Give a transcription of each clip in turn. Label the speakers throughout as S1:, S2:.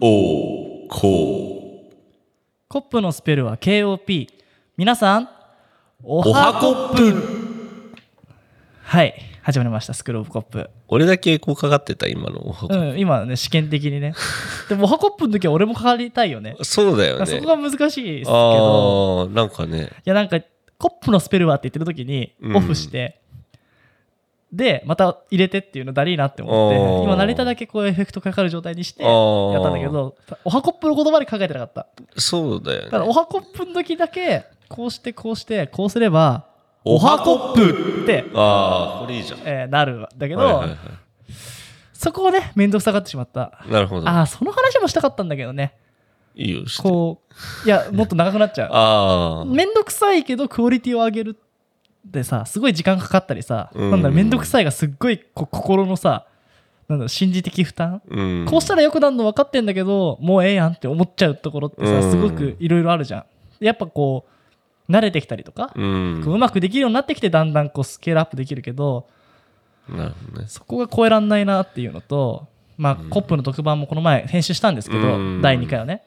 S1: おこ
S2: コップのスペルは KOP 皆さんお
S1: おはこっぷ
S2: はい始まりましたスクールオブコップ
S1: 俺だけこうかかってた今のおはこ
S2: うん今ね試験的 にねでもおはコップの時は俺もかかりたいよね
S1: そうだよね
S2: そこが難しいですけど
S1: あーなんかね
S2: いやなんかコップのスペルはって言ってる時に
S1: うん
S2: オフして、でまた入れてっていうのだりーなって思って
S1: あー
S2: 今慣れただけこうエフェクトかかる状態にして
S1: あ
S2: や
S1: ー
S2: ったんだけどおはコップのことまで考えてなかった
S1: そうだよね
S2: ただおはコップの時だけこうしてこうしてこうすれば
S1: おはこっぷ
S2: って、
S1: ああこれいいじゃん
S2: えーなるんだけど、
S1: はいはいは
S2: そこをね面倒くさがってしまった、
S1: いなるほど
S2: ああその話もしたかったんだけどね
S1: いいよして
S2: こういやもっと長くなっちゃ
S1: あ
S2: う
S1: あ
S2: 面倒くさいけどクオリティを上げるってさすごい時間かかったりさ、
S1: うん
S2: なんだろう面倒くさいがすっごいこう心のさなんだろう心理的負担、
S1: うん
S2: こうしたらよくなるの分かってんだけどもうええやんって思っちゃうところってさ
S1: うん
S2: すごくいろいろあるじゃんやっぱこう慣れてきたりとか、
S1: うん
S2: こううまくできるようになってきてだんだんこうスケールアップできるけど
S1: なるほどね
S2: そこが超えらんないなっていうのと、まあ、
S1: うん
S2: コップの特番もこの前編集したんですけど、
S1: うん
S2: 第2回はね、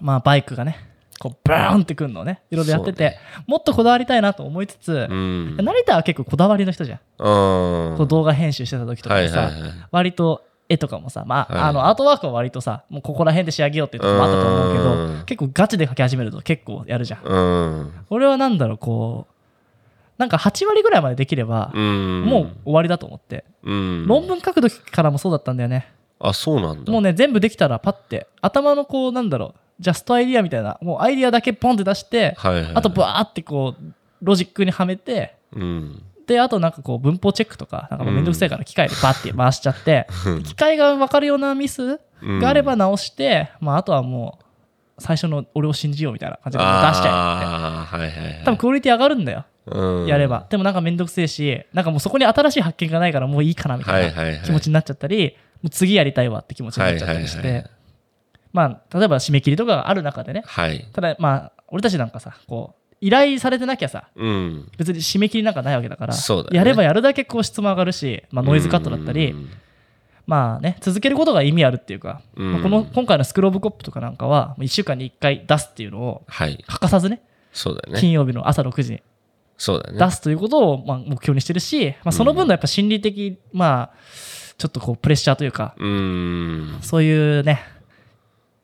S2: まあ、バイクがねこうバーンってくるのをねいろいろやってて、もっとこだわりたいなと思いつつ、
S1: うん
S2: 成田は結構こだわりの人じゃん、
S1: あ
S2: こう
S1: ー
S2: 動画編集してた時とか
S1: は
S2: も
S1: い
S2: さ、
S1: はいはい
S2: 割と絵とかもさ、まあ
S1: はい
S2: あのアートワークは割とさもうここら辺で仕上げようっていうとこもあったと思うけど、
S1: うん
S2: 結構ガチで描き始めると結構やるじゃん、
S1: うん
S2: 俺はなんだろうこうなんか8割ぐらいまでできれば、
S1: うん
S2: もう終わりだと思って、
S1: うん
S2: 論文書く時からもそうだったんだよね
S1: あそうなんだ
S2: もうね全部できたらパッて頭のこうなんだろうジャストアイディアみたいなもうアイディアだけポンって出して
S1: はいはいはい
S2: あとバーってこうロジックにはめて
S1: うん
S2: であとなんかこう文法チェックとかなんかもうめんどくさいから機械でバッて回しちゃって機械が分かるようなミスがあれば直して、まあ、あとはもう最初の俺を信じようみたいな感じでもう出しちゃえって
S1: ああーはいはいはい
S2: 多分クオリティ上がるんだよ
S1: うん
S2: やれば、でもなんかめんどくせえしなんかもうそこに新しい発見がないからもういいかなみたい
S1: はいはいは
S2: ない気持ちになっちゃったり、もう次やりたいわって気持ちになっちゃったりして、
S1: はいはいはい
S2: まあ例えば締め切りとかがある中でね
S1: はい
S2: ただまあ俺たちなんかさこう依頼されてなきゃさ
S1: うん
S2: 別に締め切りなんかないわけだから
S1: そうだね
S2: やればやるだけこう質も上がるし、まあ、ノイズカットだったり、
S1: うん
S2: まあね続けることが意味あるっていうか、
S1: うん
S2: まあこの今回のスクローブコップとかなんかは1週間に1回出すっていうのを
S1: はい
S2: 欠かさずね
S1: そうだね
S2: 金曜日の朝6時に
S1: そうだね
S2: 出すということをまあ目標にしてるし、まあ、その分のやっぱ心理的、まあちょっとこうプレッシャーというか
S1: うん
S2: そういうね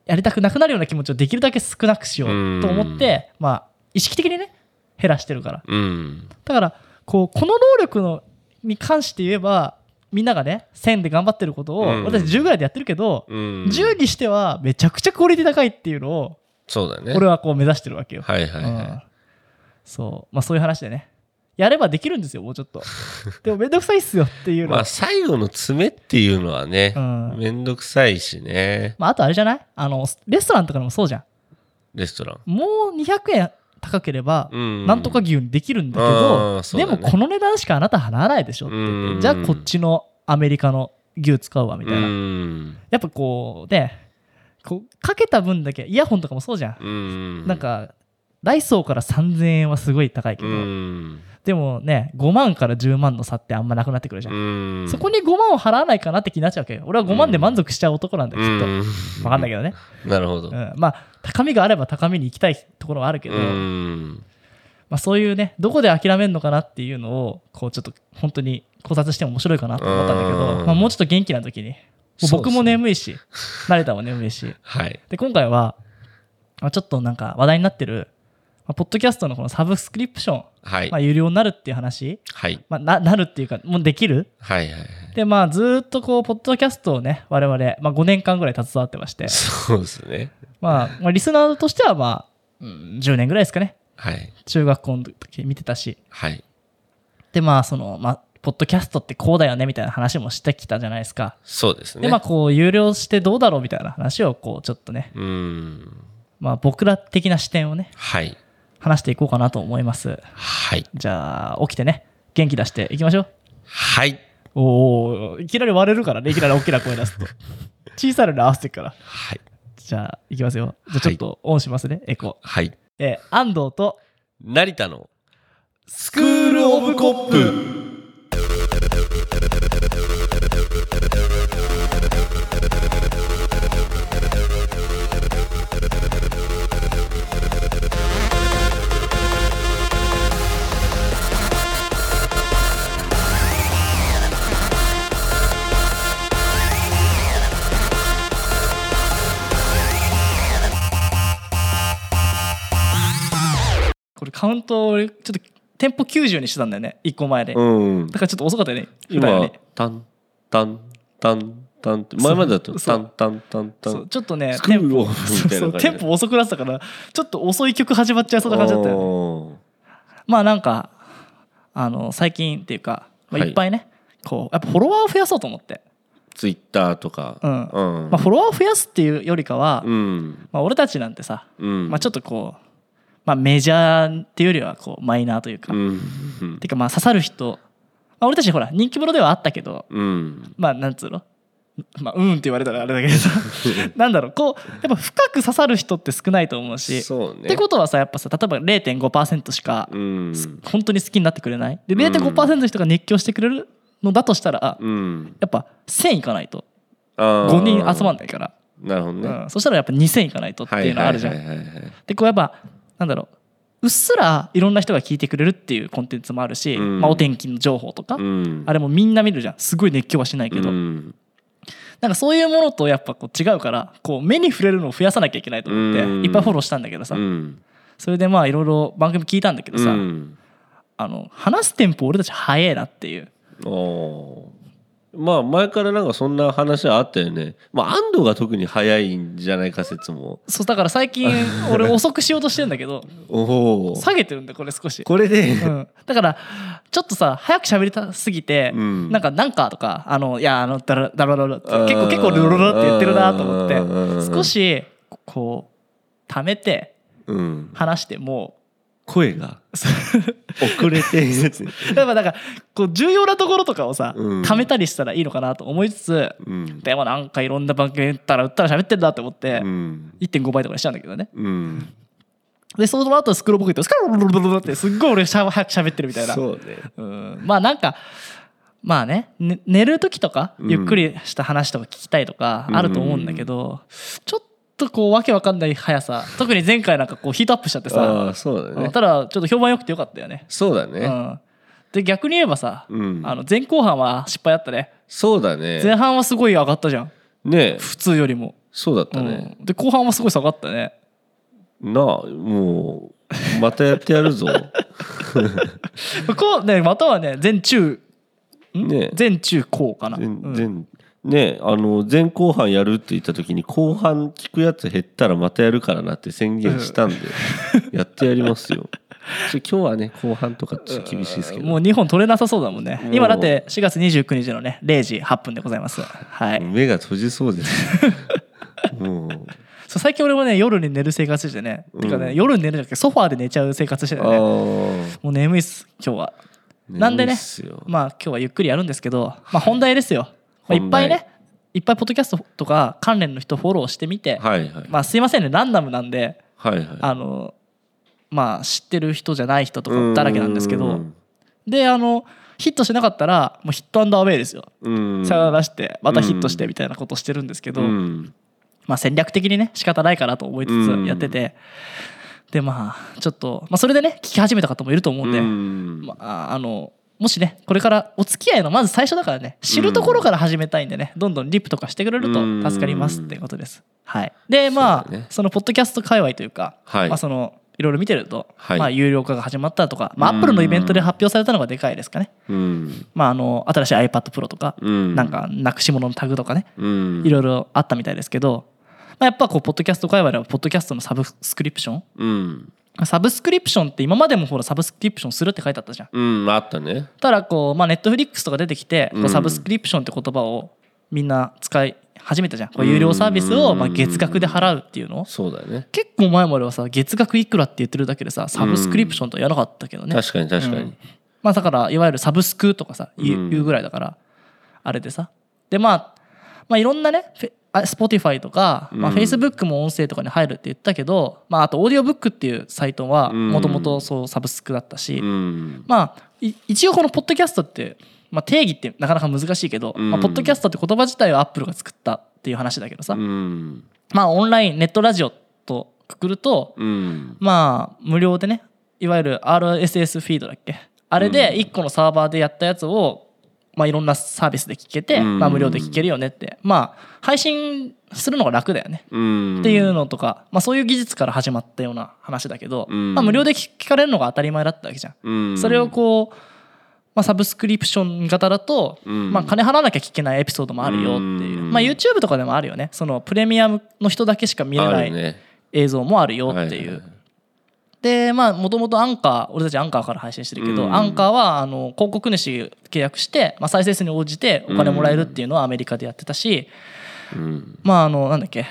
S2: やりたくなくなるような気持ちをできるだけ少なくしよ
S1: うん
S2: うと思って、まあ意識的にね減らしてるから
S1: うん
S2: だからこうこの能力のに関して言えばみんながね1000で頑張ってることを、
S1: うん
S2: 私10ぐらいでやってるけど、
S1: うん
S2: 10にしてはめちゃくちゃクオリティ高いっていうのを
S1: そうだね
S2: 俺はこう目指してるわけよ、
S1: はいはい
S2: うん
S1: は
S2: そうまあそういう話でねやればできるんですよもうちょ っとでもめんどくさいっすよってい
S1: いう
S2: の
S1: ま
S2: は、
S1: あ最後の爪っていうのはね
S2: うん
S1: めんどくさいしね
S2: まあ、あとあれじゃないあのレストランとかでもそうじゃん
S1: レストラン
S2: もう200円高ければ、
S1: うん
S2: なんとか牛にできるんだけ
S1: あー
S2: ど、
S1: そうだね
S2: でもこの値段しかあなた払わないでしょって言って
S1: うん
S2: じゃあこっちのアメリカの牛使うわみたいな、
S1: うん
S2: やっぱこうねこうかけた分だけイヤホンとかもそうじゃん、
S1: うん
S2: なんかダイソーから3000円はすごい高いけ
S1: う
S2: ど、
S1: ん
S2: でもね5万から10万の差ってあんまなくなってくるじゃん、
S1: うん
S2: そこに5万を払わないかなって気になっちゃうわけよ俺は5万で満足しちゃう男なんだよ、きっと、
S1: うん
S2: 分かんないけどね、
S1: なるほど
S2: うん、まあ高みがあれば高みに行きたいところはあるけど、
S1: うん
S2: まあ、そういうねどこで諦めるのかなっていうのをこうちょっと本当に考察しても面白いかなと思ったんだけ
S1: う
S2: ど、
S1: ん
S2: まあ、もうちょっと元気な時にも
S1: そ
S2: う
S1: うです
S2: 僕
S1: ね
S2: も眠いし、慣れたも眠いし
S1: はい
S2: で今回は、まあ、ちょっとなんか話題になってる、まあ、ポッドキャストのこのサブスクリプション、
S1: はい
S2: まあ、有料になるっていう話、
S1: はい
S2: まあ、ななるっていうかもうできる
S1: はいはいはい
S2: でまあずーっとこうポッドキャストをね我々、まあ、5年間ぐらい携わってまして、
S1: そうですね
S2: まあ、まあリスナーとしてはまあ、うん、10年ぐらいですかね
S1: はい
S2: 中学校の時見てたし
S1: はい
S2: でまあそのまあポッドキャストってこうだよねみたいな話もしてきたじゃないですか。
S1: そうですね
S2: でまあこう有料してどうだろうみたいな話をこうちょっとね
S1: うん
S2: まあ僕ら的な視点をね
S1: はい
S2: 話していこうかなと思います。
S1: はい
S2: じゃあ起きてね元気出していきましょう。
S1: はい
S2: おおいきなり割れるからねいきなり大きな声出すと小さなのに合わせてくから。
S1: はい
S2: じゃあいきますよ。じゃあちょっとオンしますね、エコー。
S1: はい
S2: えー安藤と
S1: 成田の
S2: ス
S1: クールオブコップ
S2: カウントを俺ちょっとテンポ90にしてたんだよね1個前で、
S1: うん
S2: だからちょっと遅かったよね普段よ
S1: 今
S2: り
S1: タンタンタンタンって前までだと
S2: そ
S1: タ
S2: う
S1: ンタンタンタ
S2: そう
S1: ン
S2: ちょっとね
S1: スクールオフ
S2: そう
S1: みたい
S2: そ
S1: な
S2: う
S1: 感じ
S2: テンポ遅くなってたからちょっと遅い曲始まっちゃいそうな感じだったよね
S1: よ
S2: まあなんかあの最近っていうか、まあ、
S1: はい
S2: いっぱいね、こうやっぱフォロワーを増やそうと思って、
S1: ツイッターとか
S2: うん
S1: うん
S2: まあ、フォロワーを増やすっていうよりかは、
S1: うん
S2: まあ、俺たちなんてさ、
S1: うん
S2: まあ、ちょっとこう、まあ、メジャーっていうよりはこうマイナーというか、
S1: う
S2: て
S1: ん
S2: いうかまあ刺さる人、まあ、俺たちほら人気者ではあったけど
S1: うん
S2: まあなんつうのまあうんって言われたらあれだけど さなんだろうこうやっぱ深く刺さる人って少ないと思うし、
S1: そうね
S2: ってことはさやっぱさ例えば0.5%しか
S1: うん
S2: 本当に好きになってくれないで
S1: ん
S2: 0.5%の人が熱狂してくれるのだとしたら、
S1: うん
S2: やっぱ1000いかないと
S1: 5
S2: 5人集まん
S1: ん
S2: ないから、
S1: なるほどね
S2: うん、そしたらやっぱ2000いかないとって
S1: は
S2: いう
S1: い
S2: のあ
S1: はい
S2: るじゃん、
S1: はいはいはい
S2: でこうやっぱなんだろううっすらいろんな人が聞いてくれるっていうコンテンツもあるし、
S1: うん
S2: まあ、お天気の情報とか、
S1: うん
S2: あれもみんな見るじゃんすごい熱狂はしないけど、
S1: うん
S2: なんかそういうものとやっぱこう違うからこう目に触れるのを増やさなきゃいけないと思って
S1: うん
S2: いっぱいフォローしたんだけどさ
S1: うん
S2: それでまあいろいろ番組聞いたんだけどさ、
S1: うん
S2: あの話すテンポ俺たち早いなっていう
S1: おーまあ前からなんかそんな話はあったよねまあ安藤が特に早いんじゃないか説も
S2: そうだから 最近俺遅くしようとしてんだけど
S1: おお
S2: 下げてるんだこれ少し、
S1: これで
S2: うん、だからちょっとさ早く喋りたすぎて、
S1: うん
S2: なんか「なんか」とか「あのいやあのだらだらだら」って
S1: うん
S2: 結構結構ルロロロって言ってるなと思
S1: う
S2: っ
S1: ん
S2: て少しこう溜めて
S1: うん
S2: 話しても
S1: 声が遅れてるやつ
S2: やっぱなんかこう重要なところとかをさ
S1: うん
S2: 溜めたりしたらいいのかなと思いつつ
S1: うん
S2: でもなんかいろんな番組打ったら打ったら喋ってんなと思って
S1: うん
S2: 1.5倍とかにしちゃうんだけどね
S1: うん
S2: でその後スクロールポケットスカルルルルルルってすっごい俺しゃ早く喋ってるみたいな
S1: そうね
S2: うんまあなんかまあねね寝る時とか
S1: うん
S2: ゆっくりした話とか聞きたいとかあると思うんだけど、ちょっとこうわけわかんない速さ特に前回なんかこうヒートアップしちゃって
S1: あ
S2: さ、
S1: あそうだ
S2: うん
S1: ね
S2: ただちょっと評判良くてよかったよね。
S1: そうだ
S2: う
S1: ね
S2: ん、で逆に言えばさ、
S1: うん
S2: あの前後半は失敗あったね
S1: そうだ
S2: 前
S1: ね
S2: 半はすごい上がったじゃん
S1: ね
S2: 普通よりも、
S1: そうだった
S2: うん
S1: ね
S2: で後半はすごい下がったね
S1: なあもうまたやってやる ぞ
S2: こうねまたはね前中ん
S1: ね
S2: 前中高かな、
S1: 全
S2: うん
S1: 全ねあの前後半やるって言った時に後半聞くやつ減ったらまたやるからなって宣言したんで、やってやります よちょ今日はね後半とかちょっと厳しいですけど
S2: もう2本取れなさそうだもんね
S1: もう
S2: 今だって4月29日のね0時8分でございますはい、
S1: 目が閉じそうですもう
S2: そう最近俺もね夜に寝る生活してね、てか
S1: う
S2: ね
S1: ん
S2: 夜に寝るんじゃなくてソファーで寝ちゃう生活してた
S1: あ
S2: よね
S1: ー
S2: もう眠いっす今日はなんで
S1: 眠い
S2: ね
S1: っすよ
S2: まあ今日はゆっくりやるんですけど、まあ、本題ですよ、まあ、いっぱい
S1: 本
S2: ねいっぱいポッドキャストとか関連の人フォローしてみて、
S1: はいはい、
S2: まあすいませんねランダムなんで
S1: はいはい
S2: あのまあ知ってる人じゃない人とかだらけなんですけ
S1: う
S2: ど
S1: ん
S2: であのヒットしなかったらもうヒットアンドアウェイですよ
S1: うん
S2: さよならしてまたヒットしてみたいなことしてるんですけど、
S1: うん
S2: まあ、戦略的にね仕方ないかなと思いつ
S1: うん
S2: つやってて、でまあちょっと、まあ、それでね聞き始めた方もいると思うんで、
S1: うん
S2: まあ、あのもしねこれからお付き合いのまず最初だからね知るところから始めたいんでねどんどんリップとかしてくれる
S1: うん
S2: と助かりますってことです。はい、でま
S1: そ
S2: あそ,、
S1: うだね
S2: のポッドキャスト界隈というか、
S1: はい
S2: まあ、そのいろいろ見てると、
S1: はい
S2: まあ、有料化が始まったとか、まあ、
S1: うん
S2: アップルのイベントで発表されたのがでかいですかね、
S1: うん
S2: まあ、あの新しい iPad Pro とか、
S1: うん
S2: なんかなくし物のタグとかね
S1: うん
S2: いろいろあったみたいですけど、まあ、やっぱこうポッドキャスト界隈ではポッドキャストのサブスクリプション
S1: うん
S2: サブスクリプションって今までもほらサブスクリプションするって書いてあったじゃん
S1: うんあったね
S2: ただこうまあネットフリックスとか出てきてこ
S1: うん
S2: うサブスクリプションって言葉をみんな使い始めたじゃんこう有料サービスをまあ月額で払うっていうの
S1: そうだね
S2: 結構前まではさ月額いくらって言ってるだけでさサブスクリプションとは言わなかったけどね
S1: 確かに確かに、
S2: まあだからいわゆるサブスクとかさ言う,、
S1: うん
S2: 言うぐらいだからあれでさでまあまあいろんなねフェあ Spotify とか、まあ、
S1: うん
S2: Facebook も音声とかに入るって言ったけど、まあ、あとオーディオブックっていうサイトは
S1: うん
S2: もともとそうサブスクだったし、
S1: うん
S2: まあい一応このポッドキャストって、まあ、定義ってなかなか難しいけど、
S1: うん
S2: まあ、ポッドキャストって言葉自体は Apple が作ったっていう話だけどさ、
S1: うん
S2: まあオンラインネットラジオとくくると、
S1: うん
S2: まあ無料でねいわゆる RSS フィードだっけあれで1個のサーバーでやったやつをまあ、いろんなサービスで聞けて、
S1: うん
S2: まあ、無料で聞けるよねって、まあ、配信するのが楽だよね
S1: うん
S2: っていうのとか、まあ、そういう技術から始まったような話だけど、
S1: うん
S2: まあ、無料で聞聞かれるのが当たり前だったわけじゃん。
S1: うん
S2: それをこう、まあ、サブスクリプション型だと、
S1: うん
S2: まあ、金払わなきゃ聞けないエピソードもあるよっていう、
S1: うん
S2: まあ、YouTube とかでもあるよねそのプレミアムの人だけしか見れ
S1: あ
S2: な
S1: る
S2: い
S1: ね
S2: 映像もあるよっていう、
S1: ははは
S2: でまあもともとアンカー俺たちアンカーから配信してるけど、
S1: うん
S2: アンカーはあの広告主契約して、まあ、再生数に応じてお金もらえるっていうのはアメリカでやってたし、
S1: うん
S2: まああのなんだっけ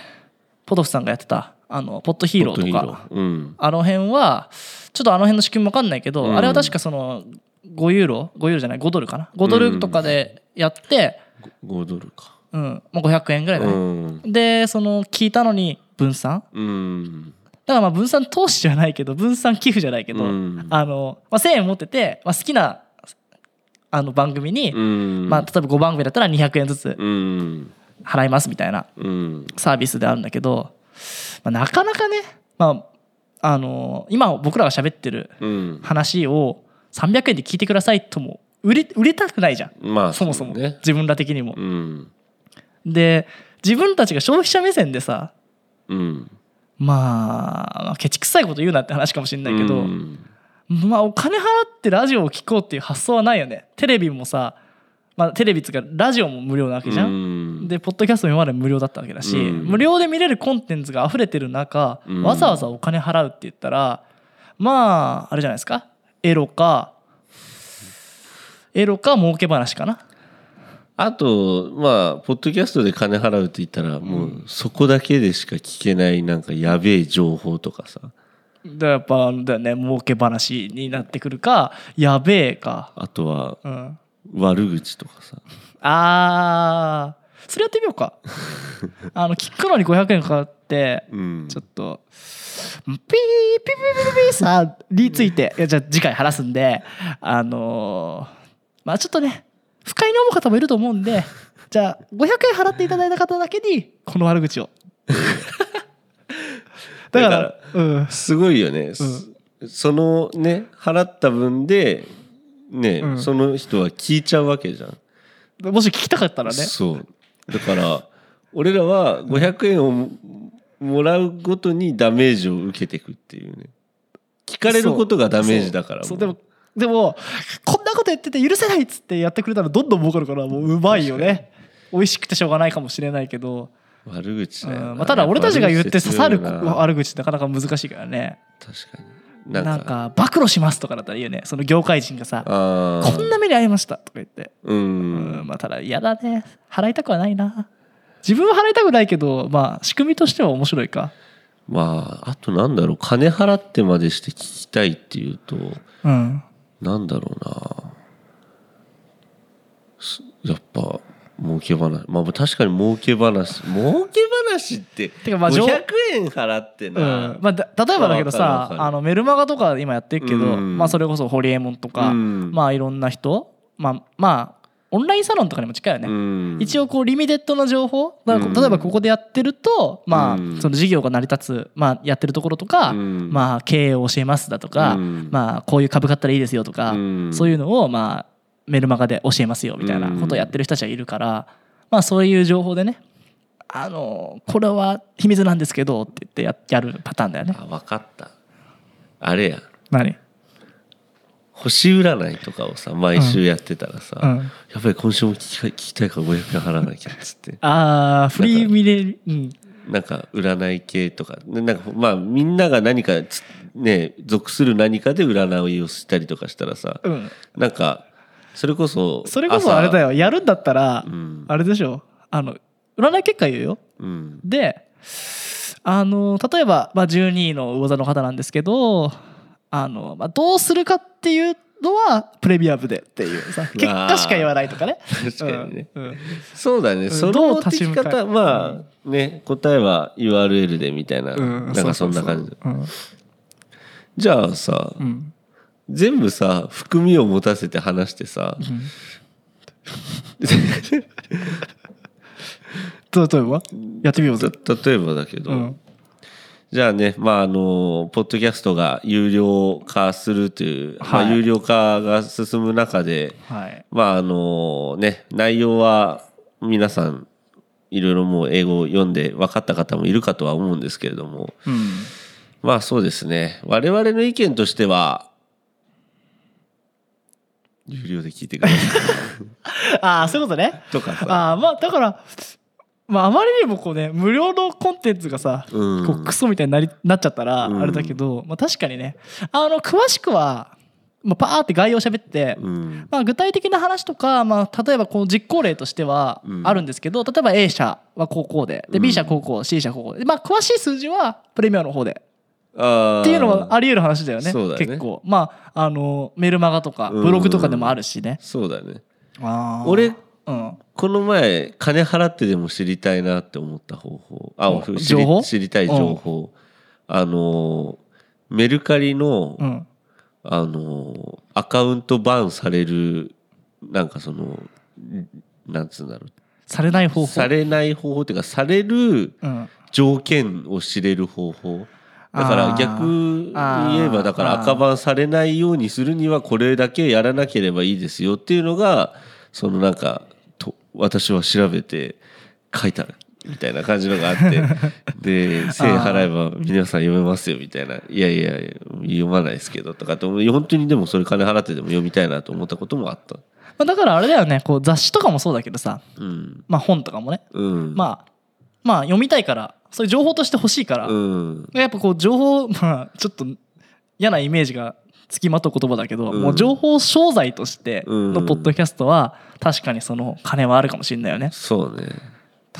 S2: ポトフさんがやってたあのポットヒーローとか
S1: ポッドヒーローうん
S2: あの辺はちょっとあの辺の仕組み分かんないけど、
S1: うん
S2: あれは確かその5ユーロ5ユーロじゃない5ドルかな5ドルとかでやって、
S1: 5ドルか
S2: うんまあ、500円ぐらいだ
S1: う
S2: ね、
S1: ん
S2: でその聞いたのに分散
S1: うん
S2: だからまあ分散投資じゃないけど分散寄付じゃないけど、
S1: うん
S2: あのまあ、1000円持ってて、まあ、好きなあの番組に、
S1: うん
S2: まあ、例えば5番組だったら200円ずつ
S1: うん
S2: 払いますみたいな
S1: うん
S2: サービスであるんだけど、まあ、なかなかね、まあ、あの今僕らが喋ってる
S1: うん
S2: 話を300円で聞いてくださいとも売れ売れたくないじゃん
S1: まあ
S2: そもそも
S1: うね
S2: 自分ら的にも
S1: う。ん
S2: で自分たちが消費者目線でさ
S1: うん
S2: まあケチくさいこと言うなって話かもしれないけど、
S1: うん
S2: まあお金払ってラジオを聴こうっていう発想はないよねテレビもさ、まあ、テレビっつうかラジオも無料なわけじゃ、
S1: うんん
S2: でポッドキャストも今まで無料だったわけだし、
S1: うん
S2: 無料で見れるコンテンツが溢れてる中、
S1: うん
S2: わざわざお金払うって言ったらまああれじゃないですかエロかエロか儲け話かな
S1: あとまあポッドキャストで金払うって言ったらもうそこだけでしか聞けないなんかやべえ情報とかさ
S2: だやっぱあれだよね儲け話になってくるかやべえか、
S1: あとは
S2: うん、
S1: 悪口とかさ
S2: あーそれやってみよう かあの聞くのに500円かかって
S1: うん
S2: ちょっと、ピーピーピーピーピーピーさあ、について、いやじゃあ次回話すんで、あのーまあちょっとね、不快に思う方もいると思うんで、じゃあ500円払っていただいた方だけに、この悪口を。だから、
S1: だ
S2: うん。
S1: すごいよね、すそのね払った分でね、
S2: うん
S1: その人は聞いちゃうわけじゃん、
S2: もし聞きたかったらね、
S1: そうだから俺らは500円をももらうごとにダメージを受けていくっていうね聞かれることがダメージだから
S2: そうそうでも、でも、こんなこと言ってて許せないっつってやってくれたらどんどん儲かるから、もううまいよね。美味しくてしょうがないかもしれないけど、
S1: 悪口
S2: うん
S1: だよな、
S2: まあ、ただ俺たちが言って刺さ
S1: 悪口
S2: る
S1: だよな
S2: 悪口ってなかなか難しいからね。
S1: 確かに
S2: な
S1: なんん
S2: か
S1: か
S2: 暴露しますとかだったらいいよねその業界人がさ
S1: あ
S2: こ
S1: ー
S2: んな目に遭いましたとか言って
S1: う
S2: うん
S1: ん
S2: まあただ嫌だね払いたくはないな自分は払いたくないけどまあ仕組みとしては面白いか
S1: まああとなんだろう金払ってまでして聞きたいっていうと
S2: うん
S1: なんだろうなすやっぱ儲け話まあ確かに儲け話儲け話って
S2: てかまあ
S1: 500
S2: 上
S1: 円払って
S2: うん
S1: な、
S2: まあ、だ例えばだけど
S1: わか
S2: さ
S1: るわかる
S2: あのメルマガとか今やってるけど、
S1: うん
S2: まあ、それこそホリエモンとか、
S1: うん
S2: まあいろんな人まあまあオンラインサロンとかにも近いよね、
S1: うん
S2: 一応こうリミテッドな情報だからこ
S1: うん
S2: う例えばここでやってると、ま
S1: うん
S2: あその事業が成り立つ、まあ、やってるところとか、
S1: うん
S2: まあ経営を教えますだとか、
S1: うん
S2: まあこういう株買ったらいいですよとか、
S1: うん
S2: そういうのをまあメルマガで教えますよみたいなことをやってる人たちがいるから、まあそういう情報でねあのこれは秘密なんですけどって言ってややるパターンだよね。
S1: あ分かったあれや
S2: 何
S1: 星占いとかをさ毎週やってたらさ、
S2: うん
S1: やばい今週も聞きたい聞きたいから500円払わなきゃっつって
S2: あーフリーミレ、うん、
S1: なんか占い系とかねなんかまあみんなが何かつね属する何かで占いをしたりとかしたらさ、
S2: うん、
S1: なんかそれこそ
S2: それこそあれだ
S1: よ、
S2: よやるんだったら、
S1: うん
S2: あれでしょあの占い結果言うよ
S1: うん
S2: であの例えば、まあ、12位の魚座の方なんですけどあの、まあ、どうするかっていうのはプレミアムでっていうさ結果しか言わないとかね。
S1: 確かにね、
S2: うんうん
S1: そうだねそ
S2: ど
S1: の
S2: う立ち
S1: 立
S2: 向
S1: ち
S2: かう
S1: 方まあね答えは URL でみたいな、
S2: う
S1: なんかそんな感じ
S2: そうそう
S1: じゃあさ、
S2: うんうん
S1: 全部さ含みを持たせて話してさ、
S2: 例えばやってみようぜ。
S1: た例えばだけど、
S2: うん
S1: じゃあね、まあ、あの、ポッドキャストが有料化するという、
S2: はい
S1: まあ、有料化が進む中で、
S2: はい。
S1: まあ、あの、ね、内容は皆さん、いろいろもう英語を読んで分かった方もいるかとは思うんですけれども、
S2: うん。
S1: まあそうですね。我々の意見としては、有料で聞いてくださ
S2: ああ、そういうことね。
S1: いとかさ。
S2: ああ、まあ、だから、まあ、あまりにもこうね、無料のコンテンツがさ、
S1: うん
S2: こうクソみたいになりなっちゃったら
S1: うん
S2: あれだけど、まあ、確かにねあの詳しくは、まあ、パーって概要喋って、
S1: うん。
S2: まあ、具体的な話とか、まあ、例えばこう実行例としては
S1: うん
S2: あるんですけど、例えば A 社はこうこうでで B 社こうこう C 社こうこうで、まあ、詳しい数字はプレミアの方で
S1: あ
S2: っていうのはあり得る話だよね
S1: そうだね
S2: 結構まああのメルマガとか
S1: うん
S2: ブログとかでもあるしね、
S1: そうだね。
S2: あー
S1: 俺、
S2: うん、
S1: この前、金払ってでも知りたいなって思った方法。あ、
S2: うん
S1: 知り
S2: 情報
S1: 知りたい情報。あのー、メルカリの、
S2: うん、
S1: あのー、アカウントバンされる、なんかその、なんつうんだろ。
S2: されないう方法
S1: されない方法っていうか、される、
S2: うん、
S1: 条件を知れる方法だから
S2: あー
S1: 逆に言え
S2: あ
S1: ば
S2: ー
S1: だから赤番されないようにするにはこれだけやらなければいいですよっていうのがそのなんかと私は調べて書いたみたいな感じのがあって で「1,000円払えば皆さん読めますよ」みたいな「いやいや読まないですけど」とかって思う本当にでもそれ金払ってでも読みたいなと思ったこともあった。
S2: まあ、だからあれだよねこう雑誌とかもそうだけどさ、
S1: うん
S2: まあ、本とかもね
S1: うん
S2: まあ、まあ読みたいからそういう情報として欲しいから、
S1: うん
S2: やっぱこう情報 まあちょっと嫌なイメージがつきまとう言葉だけど、
S1: うん
S2: もう情報商材としてのポッドキャストは確かにその金はあるかもしれないよね
S1: そうね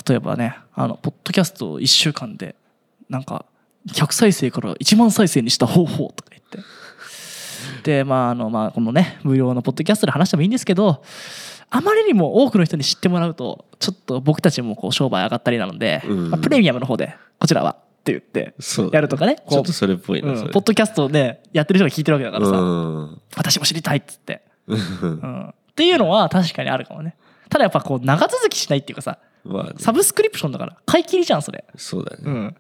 S2: 例えばねあのポッドキャストを1週間でなんか100再生から1万再生にした方法とか言ってでまああのまあこのね無料のポッドキャストで話してもいいんですけどあまりにも多くの人に知ってもらうとちょっと僕たちもこう商売上がったりなので、
S1: うん
S2: まあプレミアムの方でこちらはって言って
S1: そうだね
S2: やるとかね
S1: ちょ
S2: こ
S1: っ
S2: う
S1: とそれっぽいな
S2: うん
S1: それ
S2: ポッドキャストでやってる人が聞いてるわけだからさ、
S1: うん
S2: 私も知りたいっつって、うん、っていうのは確かにあるかもねただやっぱこう長続きしないっていうかさ
S1: まあね
S2: サブスクリプションだから買い切りじゃんそれ
S1: そうだね。
S2: うん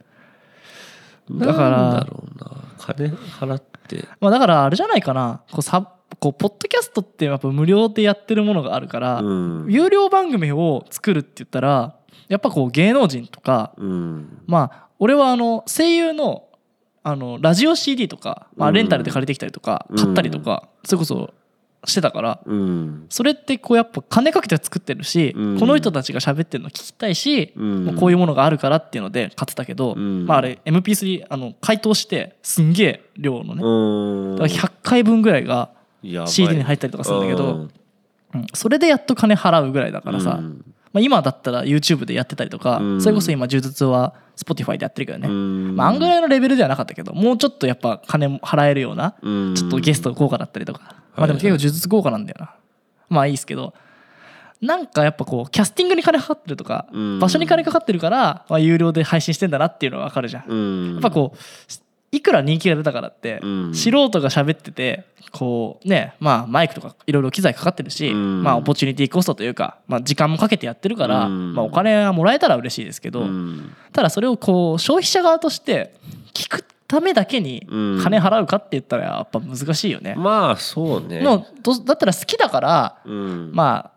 S1: だ
S2: だ
S1: か
S2: からら
S1: だろうな金払って
S2: まあ、だからあれじゃないかなこうさこうポッドキャストってやっぱ無料でやってるものがあるから、
S1: うん
S2: 有料番組を作るって言ったらやっぱこう芸能人とか
S1: うん
S2: まあ俺はあの声優のあのラジオ CD とか、まあ、
S1: うん
S2: レンタルで借りてきたりとか、買ったりとか、それこそしてたから
S1: うん
S2: それってこうやっぱ金かけて作ってるし、
S1: うん
S2: この人たちが喋ってるの聞きたいし、
S1: うん
S2: もうこういうものがあるからっていうので買ってたけど、
S1: うん
S2: まあ、あれ MP3 あの解凍してすんげえ量のね、
S1: うん
S2: だから100回分ぐらいが
S1: やばい
S2: CD に入ったりとかするんだけど、うんそれでやっと金払うぐらいだからさ、
S1: う
S2: ま
S1: ん
S2: あ、今だったら YouTube でやってたりとか、
S1: うん
S2: それこそ今柔術は Spotify でやってるけどね、
S1: うん
S2: まあ、あんぐらいのレベルではなかったけどもうちょっとやっぱ金も払えるような
S1: うん
S2: ちょっとゲスト豪華だったりとか、まあでも結構呪術豪華なんだよなまあいいですけどなんかやっぱこうキャスティングに金かかってるとか、
S1: うん
S2: 場所に金かかってるから、まあ、有料で配信してんだなっていうのはわかるじゃん、
S1: うん
S2: やっぱこういくら人気が出たからって、
S1: うん
S2: 素人が喋っててこうねまあマイクとかいろいろ機材かかってるし、
S1: うん
S2: まあオポチュニティコストというか、まあ、時間もかけてやってるから、
S1: うん
S2: まあ、お金はもらえたら嬉しいですけど、
S1: うん
S2: ただそれをこう消費者側として聞くためだけに
S1: うん
S2: 金払うかって言ったらやっぱ難しいよね。
S1: まあそうね
S2: のどだったら好きだから
S1: うん
S2: ま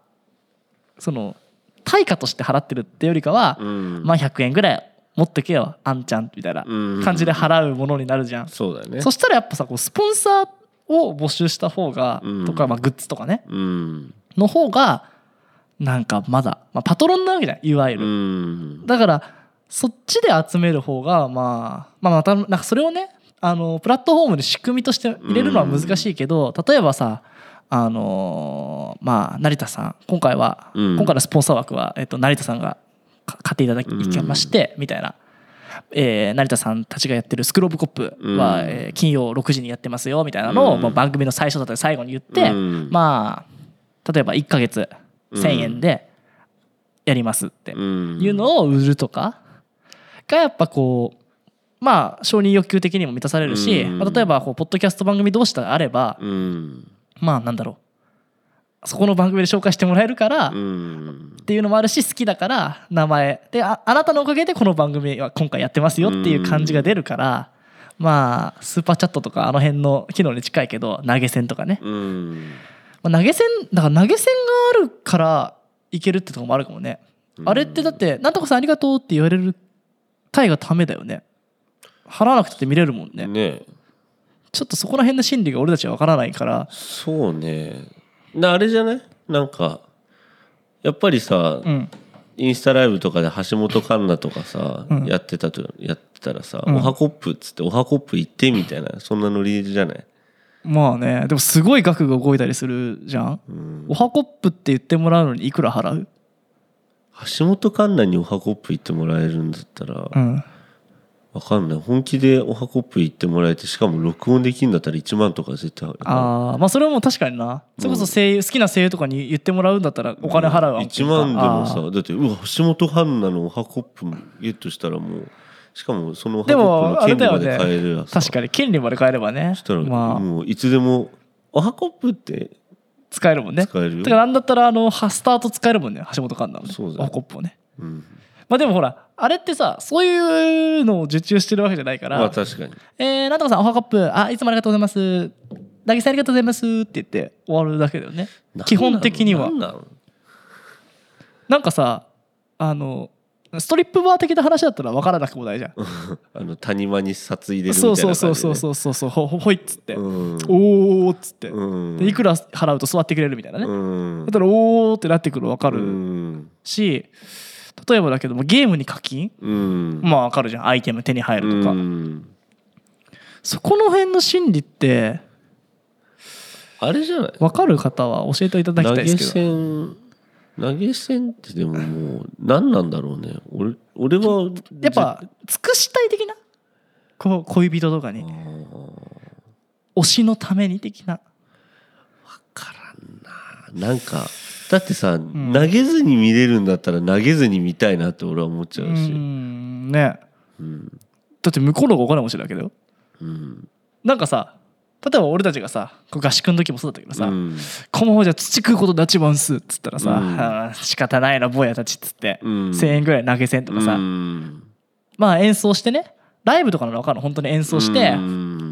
S2: あその対価として払ってるってよりかは、
S1: うん
S2: まあ100円ぐらい持ってけよあんちゃんみたいな
S1: うん
S2: 感じで払うものになるじゃん。
S1: そうだね
S2: そしたらやっぱさこうスポンサーを募集した方が、
S1: うん
S2: とか、まあ、グッズとかね
S1: うん
S2: の方がなんかまだ、まあ、パトロンなわけじゃんいわゆ
S1: う
S2: る。
S1: ん
S2: だからそっちで集める方がまあ、まあ、またなんかそれをねあのプラットフォームに仕組みとして入れるのは難しいけど、例えばさあのーまあ成田さん今回は、
S1: うん
S2: 今回のスポンサー枠は、えっと、成田さんがか買っていただき
S1: うん
S2: いきまして、みたいな、えー成田さんたちがやってる「スクローブコップは」
S1: うん
S2: えー金曜6時にやってますよみたいなのを、
S1: うん
S2: まあ番組の最初だったり最後に言って、
S1: うん
S2: まあ例えば1ヶ月1,000円でやりますって、
S1: うん
S2: いうのを売るとかがやっぱこうまあ承認欲求的にも満たされるし、
S1: うん
S2: まあ例えばこうポッドキャスト番組同士であれば
S1: うん
S2: まあなんだろうそこの番組で紹介してもらえるから、
S1: う
S2: っ
S1: ん
S2: ていうのもあるし好きだから名前でああなたのおかげでこの番組は今回やってますよっていう感じが出るから、まあスーパーチャットとかあの辺の機能に近いけど投げ銭とかね、
S1: うん
S2: まあ投げ銭だから投げ銭があるからいけるってとこもあるかもね、あれってだって「なんとかさんありがとう」って言われる回がためだよね払わなくたって見れるもんね
S1: ね
S2: ちょっとそこら辺の心理が俺たちは分からないから
S1: そうねなあれじゃないなんかやっぱりさ、
S2: うん
S1: インスタライブとかで橋本環奈とかさ、
S2: うん
S1: やってたとやってたらさ「
S2: うん
S1: おはコップ」っつって「おはコップ行って」みたいなそんなノリじゃない
S2: まあねでもすごい額が動いたりするじゃん、おはコップって言ってもらうのにいくら払う
S1: 橋本環奈に「おはコップ」行ってもらえるんだったら、
S2: うん
S1: わかんない本気で「おはコップ」行ってもらえてしかも録音できんだったら1万とか絶対
S2: あーまあそれはもう確かになそれこそ声優好きな声優とかに言ってもらうんだったらお金払うわ
S1: 1万でも
S2: あー
S1: さだってうわ橋本環奈のおはコップゲットしたらもうしかもそのおはコ
S2: で
S1: ッ
S2: もあ
S1: プ
S2: れ
S1: の権
S2: だ
S1: 利
S2: よ
S1: まで買える
S2: ね
S1: やつ
S2: 確かに権利まで買えればね
S1: そしたら
S2: まあ
S1: もういつでも「おはコップ」って
S2: 使えるもんね
S1: 使えるよ
S2: だからなんだったらあのはスタート使えるもんね橋本環奈もね
S1: そうだよ
S2: おはコップをね
S1: うん
S2: まあでもほらあれってさそういうのを受注してるわけじゃないから、
S1: まあ確かに
S2: えー、なんとかさん、おはカップ、あ、いつもありがとうございます。投げさんありがとうございますって言って終わるだけだよね。 基本的には
S1: なん。なの
S2: なんかさ、あの、ストリップバー的な話だったら分からなくもないじゃん。
S1: あの谷間に札入れるみたい
S2: そう
S1: な
S2: そ
S1: 感
S2: う
S1: じで
S2: そ
S1: ね
S2: うそうそうそうそう、ほほほいっつって、
S1: うん
S2: おーっつって、
S1: うん
S2: で、いくら払うと座ってくれるみたいなね。
S1: うん
S2: だったら、おーってなってくるの分か
S1: う
S2: る
S1: ん
S2: し、例えばだけども、ゲームに課金
S1: うん
S2: まあ分かるじゃん。アイテム手に入るとか。
S1: うん
S2: そこの辺の心理って、
S1: あれじゃない
S2: 分かる方は教えていただきた
S1: 投
S2: いで
S1: げ
S2: すけど。
S1: 銭投げ銭ってでももう何なんだろうね俺俺は
S2: やっぱ尽くしたい的なこう恋人とかに推しのために的な
S1: なんかだってさ、投げずに見れるんだったら投げずに見たいなって俺は思っちゃうし、
S2: んね、だって向こうの方がお金持ちだけだよ、なんかさ例えば俺たちがさこう合宿の時もそうだったけどさ、
S1: うん
S2: このままじゃ土食うことになっちまうんすっつったらさ、
S1: うん
S2: あー仕方ないな坊やたちっつって、
S1: うん
S2: 1,000円ぐらい投げ銭とかさ、
S1: うん
S2: まあ演奏してねライブとかなら分かるの本当に演奏して、
S1: うん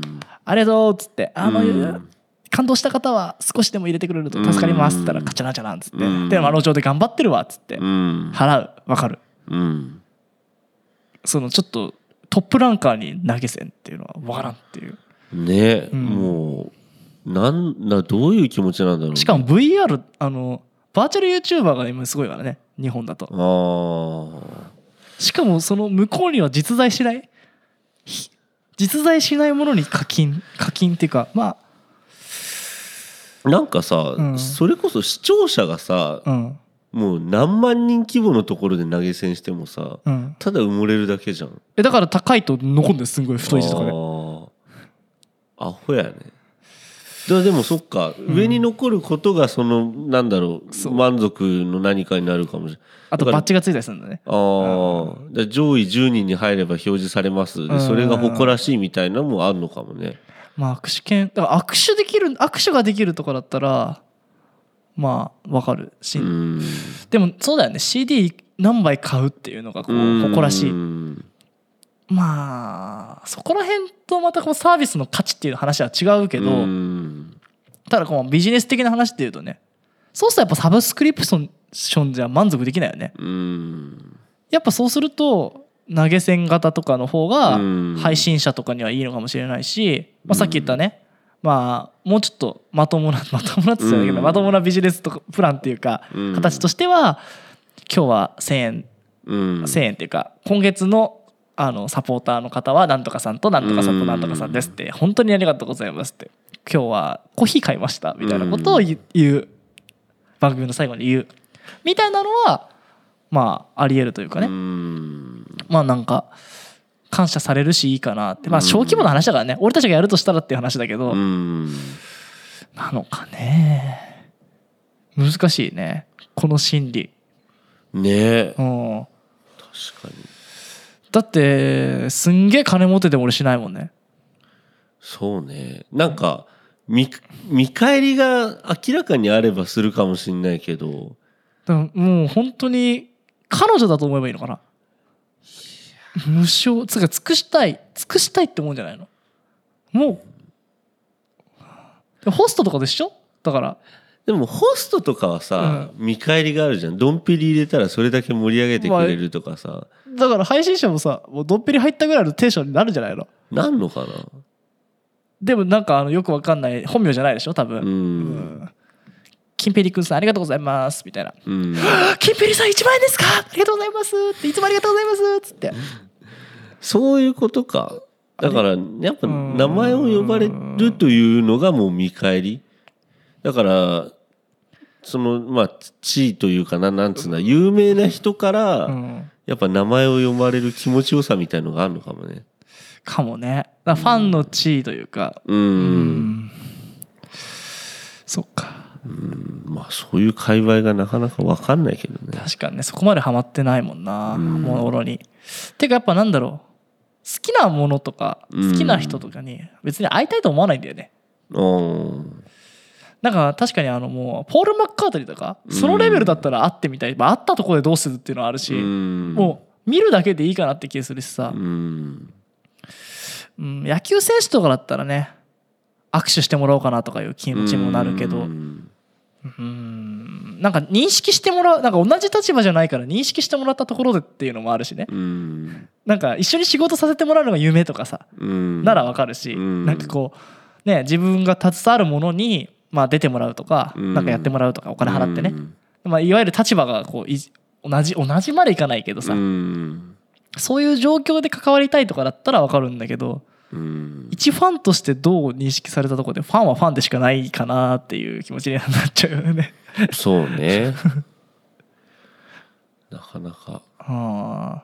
S2: ありがとうっつって、あの、
S1: うん
S2: 感動した方は少しでも入れてくれると助かりますっつったら、カチャナチャなんつって、
S1: うん
S2: で、まあ、路上で頑張ってるわっつって
S1: う、ん
S2: 払う、わかる。
S1: うん
S2: そのちょっとトップランカーに投げ銭っていうのはわからんっていう。
S1: ね、
S2: ん
S1: もうなんなどういう気持ちなんだろうね
S2: しかも VR、あの、バーチャル YouTuber が今すごいからね、日本だと。
S1: あ
S2: しかもその向こうには実在しない、ひ実在しないものに課金、課金っていうか、ま
S1: ーなんかさ、
S2: うん
S1: それこそ視聴者がさ、
S2: あ、うん、
S1: もう何万人規模のところで投げ銭してもさ
S2: うん。
S1: ただ埋もれるだけじゃん
S2: え、だから高いと残るんです、すんごい太い字とか
S1: あ
S2: ね。
S1: ーアホやねだでもそっか、上に残ることがそのなんだろう
S2: そう
S1: 満足の何かになるかもしれない
S2: あと
S1: だから
S2: バッジがついたりするんだね。
S1: あーだから上位10人に入れば表示されますでそれが誇らしいみたいなのもあるのかもね
S2: まあ握手券だから握手できる握手ができるとかだったらまあわかるし、
S1: うん
S2: でもそうだよね CD 何枚買うっていうのがこう誇らしい
S1: うん
S2: まあそこら辺とまたこうサービスの価値っていう話は違うけど、
S1: うん
S2: ただこうビジネス的な話っていうとねそうするとやっぱサブスクリプションじゃ満足できないよね
S1: うん
S2: やっぱそうすると投げ銭型とかの方が
S1: うん
S2: 配信者とかにはいいのかもしれないし、まあ、さっき言ったね、まあもうちょっとまともな まともなって言ったらいいけど
S1: うん
S2: まともなビジネスとかプランっていうか
S1: うん
S2: 形としては今日は1,000円
S1: うん
S2: 1,000円っていうか今月のあのサポーターの方はなんとかさんとなんとかさん
S1: う
S2: と
S1: ん
S2: なんとかさんですって本当にありがとうございますって今日はコーヒー買いましたみたいなことを言う言う番組の最後に言うみたいなのはまあありえるというかね
S1: うん
S2: まあなんか感謝されるしいいかなってまあ小規模な話だからね俺たちがやるとしたらっていう話だけど、
S1: うん
S2: なのかね難しいねこの心理
S1: ねえ
S2: うん
S1: 確かに
S2: だってすんげえ金持ってても俺しないもんね
S1: そうねなんか見見返りが明らかにあればするかもしれないけど
S2: だからもう本当に彼女だと思えばいいのかな無償つうか尽くしたい尽くしたいって思うんじゃないのもうホストとかでしょだから
S1: でもホストとかはさ、見返りがあるじゃんドンピリ入れたらそれだけ盛り上げてくれるとかさ、
S2: だから配信者もさもうどっぺり入ったぐらいのテンションになるんじゃないの
S1: なんのか
S2: でもなんかあのよくわかんない本名じゃないでしょ多
S1: な
S2: 分、
S1: う
S2: うんキンペリ君さんありがとうございますみたいな
S1: うん
S2: 「キンペリさん1万円ですかありがとうございます」って「いつもありがとうございます」っつって
S1: そういうことかだからやっぱ
S2: うん
S1: 名前を呼ばれるというのがもう見返りだからそのまあ地位というかななんつうの有名な人から、
S2: うん
S1: やっぱ名前を呼ばれる気持ちよさみたいのがあるのかもね
S2: かもねだからファンの地位というか
S1: うん
S2: うんそっか
S1: まあそういう界隈がなかなか分かんないけどね
S2: 確かにねそこまでハマってないもんな
S1: うん
S2: ものにてかやっぱなんだろう好きなものとか
S1: うん
S2: 好きな人とかに別に会いたいと思わないんだよね
S1: うん
S2: なんか確かにあのもうポール・マッカートリーとかそのレベルだったら会ってみたい、まあ、会ったところでどうするっていうのはあるし、
S1: うん
S2: もう見るだけでいいかなって気がするしさ、
S1: うん
S2: うん野球選手とかだったらね握手してもらおうかなとかいう気持ちもなるけ
S1: う
S2: ど、
S1: ん
S2: うんなんか認識してもらうなんか同じ立場じゃないから認識してもらったところでっていうのもあるしね
S1: うん
S2: なんか一緒に仕事させてもらうのが夢とかさ、
S1: うん
S2: ならわかるし、
S1: うん
S2: なんかこうね自分が携わるものに、まあ、出てもらうとか、
S1: うん
S2: なんかやってもらうとかお金払ってね、
S1: うん
S2: まあ、いわゆる立場がこうい同じ同じまでいかないけどさ、
S1: うん
S2: そういう状況で関わりたいとかだったらわかるんだけど
S1: うん
S2: 一ファンとしてどう認識されたところでファンはファンでしかないかなっていう気持ちになっちゃうよね。
S1: そうねなかなか
S2: はあ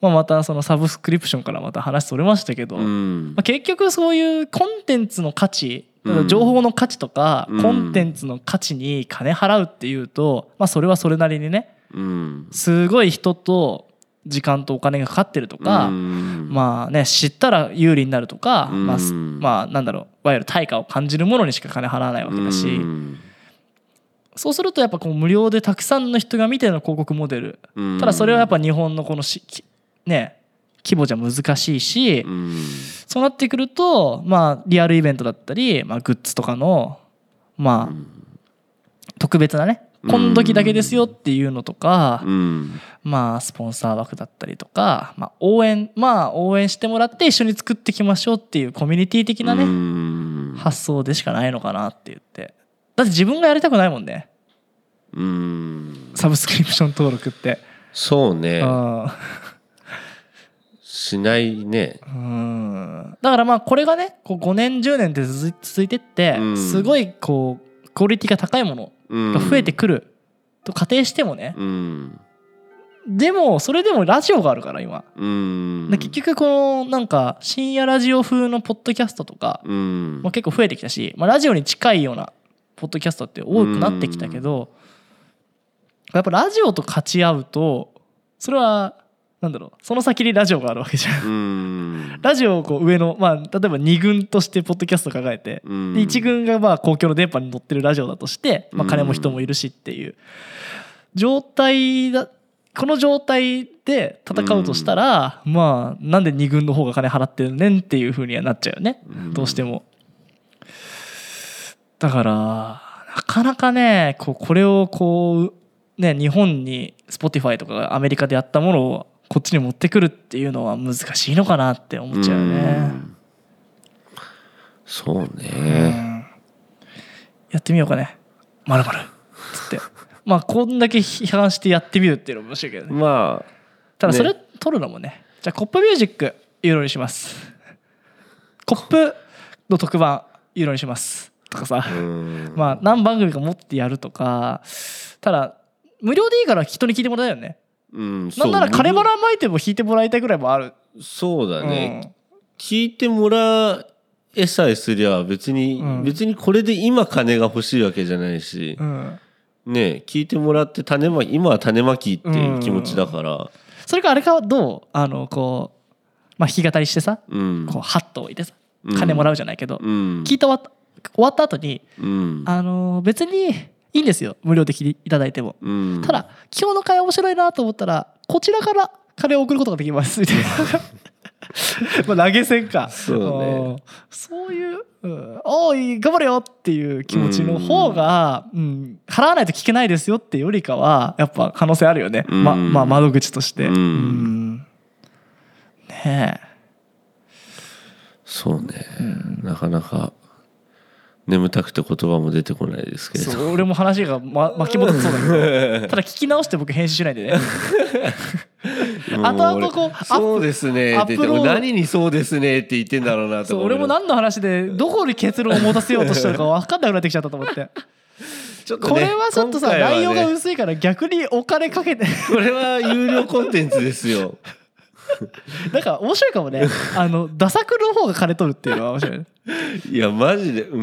S2: まあ、またそのサブスクリプションからまた話それましたけど、
S1: う
S2: ま
S1: ん
S2: あ、結局そういうコンテンツの価値
S1: うん
S2: 情報の価値とか、
S1: うん
S2: コンテンツの価値に金払うっていうと、まあ、それはそれなりにね
S1: うん
S2: すごい人と時間とお金がかかってるとか、
S1: うん
S2: まあね知ったら有利になるとか、
S1: うん
S2: まあ、すまあなんだろういわゆる対価を感じるものにしか金払わないわけだし、
S1: うん
S2: そうするとやっぱこう無料でたくさんの人が見ての広告モデル
S1: うん
S2: ただそれはやっぱ日本のこのしきね規模じゃ難しいし
S1: うん
S2: そうなってくるとまあリアルイベントだったり、まあ、グッズとかのまあ特別なねこの時だけですよっていうのとか
S1: うん
S2: まあスポンサー枠だったりとかまあ応援まあ応援してもらって一緒に作っていきましょうっていうコミュニティ的な
S1: う
S2: ね
S1: ん
S2: 発想でしかないのかなって言ってだって自分がやりたくないもんね
S1: うん
S2: サブスクリプション登録って
S1: そうね
S2: うん
S1: しないね
S2: うーんだからまあこれがねこう5年10年で続い続いてって
S1: うん
S2: すごいこうクオリティが高いもの
S1: が
S2: が増えてくると仮定してもね
S1: うん
S2: でもそれでもラジオがあるから今
S1: うん
S2: で結局このなんか深夜ラジオ風のポッドキャストとか
S1: うん
S2: も結構増えてきたし、まあ、ラジオに近いようなポッドキャストって多くなってきたけどやっぱラジオと勝ち合うとそれはなんだろうその先にラジオがあるわけじゃん
S1: うん
S2: ラジオをこう上の、まあ、例えば2軍としてポッドキャストを抱えて、
S1: うん
S2: で1軍がまあ公共の電波に乗ってるラジオだとして、ま
S1: う
S2: あ、
S1: ん
S2: 金も人もいるしっていう状態だこの状態で戦うとしたら、まあなんで2軍の方が金払ってるねんっていうふうにはなっちゃうよね、
S1: うん
S2: どうしても。だからなかなかねこうこれをこうね日本に Spotify とかがアメリカでやったものをこっちに持ってくるっていうのは難しいのかなって思っちゃうよね
S1: う。んそう
S2: う
S1: ね
S2: んやってみようかね。まるまるつって。 まあこんだけ批判してやってみるっていうのも面白いけどね。
S1: まあ
S2: ただそれ
S1: ね
S2: 取るのもね。じゃあコップミュージックユーロにします。コップの特番ユーロにします。とかさ。
S1: うん
S2: まあ何番組か持ってやるとか。ただ無料でいいから人に聞いてもらえたいよね。
S1: うん
S2: なんなら
S1: そう
S2: 金払巻いても弾いてもらいたいぐらいもある。
S1: そうだね
S2: うん
S1: 聞いてもらえさえすりゃ別に、
S2: うん
S1: 別にこれで今金が欲しいわけじゃないし
S2: う、ん、
S1: ね聞いてもらって種まき今は種まきっていう気持ちだから
S2: それかあれかどうあのこう、まあ、弾き語りしてさ
S1: うん
S2: こうハッと置いてさ
S1: うん
S2: 金もらうじゃないけど、
S1: うん
S2: 聞いたわ終わった後に、
S1: うん
S2: あのー別にいいんですよ無料で聞いていただいても、
S1: うん
S2: ただ今日の会話面白いなと思ったらこちらから金を送ることができますみたい なまあ投げ銭か
S1: そうね
S2: うんそういう、うんおい頑張れよっていう気持ちの方が、うん、払わないと聞けないですよってよりかはやっぱ可能性あるよね、ま
S1: うん
S2: まあ窓口として、
S1: うん
S2: んねえ
S1: そうね、なかなか眠たくて言葉も出てこないですけれど
S2: そう俺も話が、ま、巻き戻ってそうだ けどただ聞き直して僕編集しないでね後々こう
S1: もう俺そうですねって言って
S2: アップロード
S1: 俺何にそうですねって言ってんだろうなと
S2: そう
S1: か
S2: 俺も何の話でどこに結論を持たせようとしたのか分かんなくなってきちゃったと思って
S1: ちょっとね
S2: これはちょっとさ、
S1: 今回はね
S2: 内容が薄いから逆にお金かけて
S1: これは有料コンテンツですよ
S2: なんか面白いかもねあの打作の方が金取るっていうのは面白 いね
S1: いやマジでうー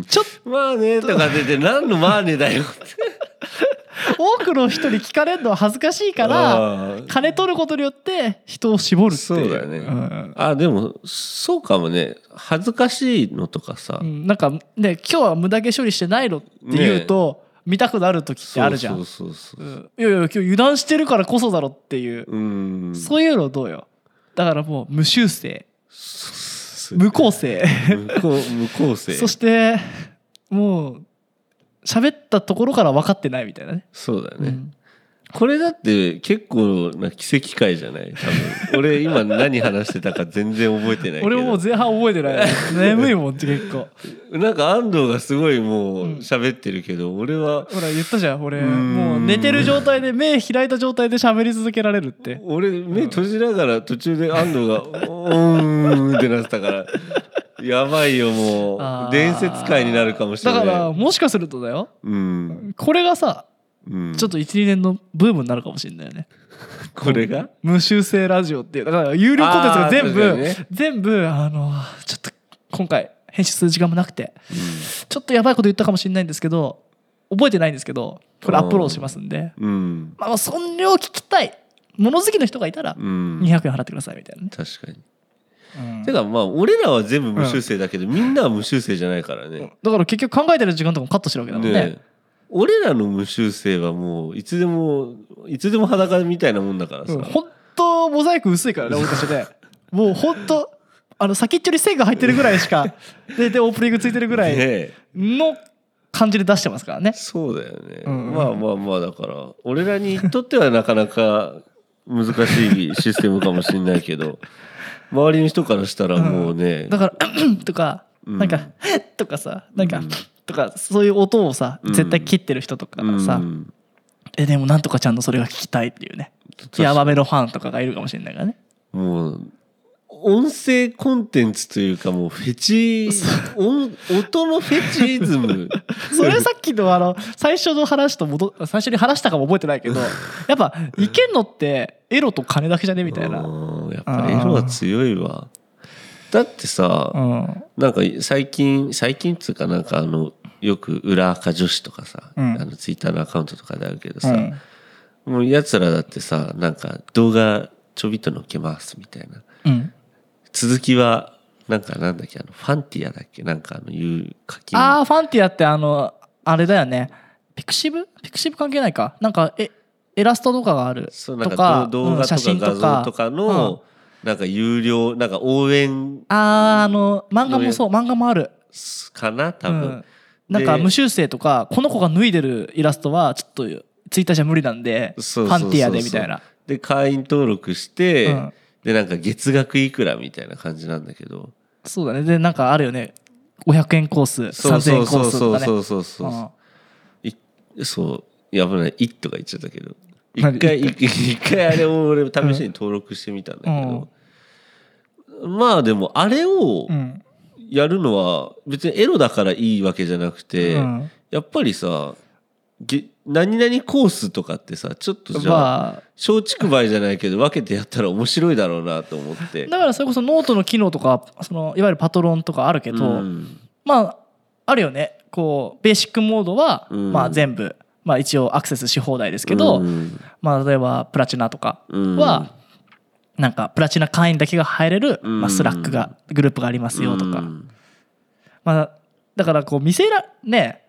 S1: ん
S2: ちょっ
S1: まあねとか出て何のまあねだよって
S2: と多くの人に聞かれるのは恥ずかしいから
S1: あー
S2: 金取ることによって人を絞るっていう
S1: そうだよね、
S2: ん
S1: あでもそうかもね恥ずかしいのとかさ、
S2: うんなんかね今日は無駄毛処理してないのって言うと、見たくなる時ってあるじゃん
S1: そうそうそうそう
S2: うんいやいや今日油断してるからこそだろっていう、
S1: うん
S2: そういうのどうよだからもう無修正
S1: そう
S2: 無構成
S1: 無効無構成
S2: そしてもう喋ったところから分かってないみたいなね
S1: そうだよ
S2: う
S1: ね、
S2: ん
S1: これだって結構な奇跡回じゃない多分俺今何話してたか全然覚えてないけど
S2: 俺ももう前半覚えてない眠いもんって結構
S1: なんか安藤がすごいもううん喋ってるけど、俺は
S2: ほら言ったじゃん俺
S1: うーん
S2: もう寝てる状態で目開いた状態で喋り続けられるって
S1: 俺目閉じながら途中で安藤が「うーん」ってなってたからやばいよもう
S2: あー
S1: 伝説回になるかもしれ
S2: だ
S1: ない
S2: からもしかするとだよ
S1: うん、
S2: これがさ
S1: うん、
S2: ちょっと12年のブームになるかもしれないよね
S1: これが
S2: 無修正ラジオっていうだから有料コンテンツが全
S1: あー
S2: 部、
S1: 確かにね
S2: 全部あのちょっと今回編集する時間もなくて、ちょっとやばいこと言ったかもしれないんですけど覚えてないんですけどこれアップロードしますんで、
S1: うん
S2: まあ、それを聞きたい物好きの人がいたら
S1: うん
S2: 200円払ってくださいみたいなね、
S1: 確かに
S2: て
S1: て
S2: か
S1: かまあ俺らは全部無修正だけど、みんなは無修正じゃないからね、
S2: だから結局考えてる時間とかもカットしてるわけだもんね
S1: ねえ俺らの無修正はもういつでもいつでも裸みたいなもんだからさ、
S2: うん、本当モザイク薄いからね俺たちねもう本当あの先っちょに線が入ってるぐらい しかででオープニングついてるぐらい
S1: ねえ
S2: の感じで出してますからね
S1: そうだよね、
S2: うん
S1: まあまあまあだから俺らにとってはなかなか難しいシステムかもしれないけ ど周りの人からしたらもうね、
S2: だから「とか
S1: うん
S2: なんか「とかさなんか
S1: うん
S2: 「とかそういう音をさ
S1: うん
S2: 絶対切ってる人とかさ
S1: うん
S2: えでもなんとかちゃんのそれが聞きたいっていうねヤバめのファンとかがいるかもしれないからね
S1: もう音声コンテンツというかもうフェチ音音のフェチイズ ム
S2: それさっきのあの最初の話と戻最初に話したかも覚えてない けどやっぱいけんのってエロと金だけじゃねみたいな
S1: うんやっぱりエロは強いわだってさ、
S2: うん
S1: なんか最近最近っつうかなんかあのよく裏垢女子とかさ、
S2: うん
S1: あのツイッターのアカウントとかであるけど
S2: う
S1: さ、
S2: ん
S1: もうやつらだってさなんか動画ちょびっと載っけますみたいな
S2: うん
S1: 続きはなんかなんだっけあのファンティアだっけなんかあのいう課金
S2: ああファンティアってあのあれだよねピクシブピクシブ関係ないかなんかえイラストとかがある
S1: そうなんか
S2: とか
S1: ど動
S2: うん
S1: 画と
S2: 写
S1: か
S2: 真
S1: 画像とか
S2: うん
S1: のなんか有料なんか応援
S2: あーあの漫画もそう漫画もある、
S1: かな
S2: う
S1: 多分、
S2: ん、なんか
S1: で
S2: 無修正とかこの子が脱いでるイラストはちょっとツイッターじゃ無理なんでフ
S1: そうそうそうそ
S2: ァ
S1: う
S2: ンティアでみたいな
S1: で会員登録して、
S2: うん
S1: でなんか月額いくらみたいな感じなんだけど
S2: そうだねでなんかあるよね500円コース
S1: そう
S2: 3000
S1: そう
S2: 円コ
S1: そ
S2: ー
S1: う
S2: ス
S1: そ
S2: と
S1: う
S2: かね
S1: そうそうそう
S2: うん
S1: いそういや危ない「い」とか言っちゃったけど
S2: 何
S1: 一回い一回あれを俺試しに登録してみたんだけど、まあでもあれを
S2: うん
S1: やるのは別にエロだからいいわけじゃなくて、
S2: うん
S1: やっぱりさげ何々コースとかってさちょっとじゃあ
S2: まあ
S1: 松竹梅じゃないけど分けてやったら面白いだろうなと思 って。
S2: だからそれこそノートの機能とかそのいわゆるパトロンとかあるけど、
S1: うん
S2: まああるよねこうベーシックモードは、
S1: うん
S2: まあ、全部、まあ、一応アクセスし放題ですけど、
S1: うん
S2: まあ、例えばプラチナとか
S1: うん
S2: は、なんかプラチナ会員だけが入れる、
S1: うん
S2: まあ、スラックがグループがありますよとか、
S1: うん
S2: まあ、だからこう見せらね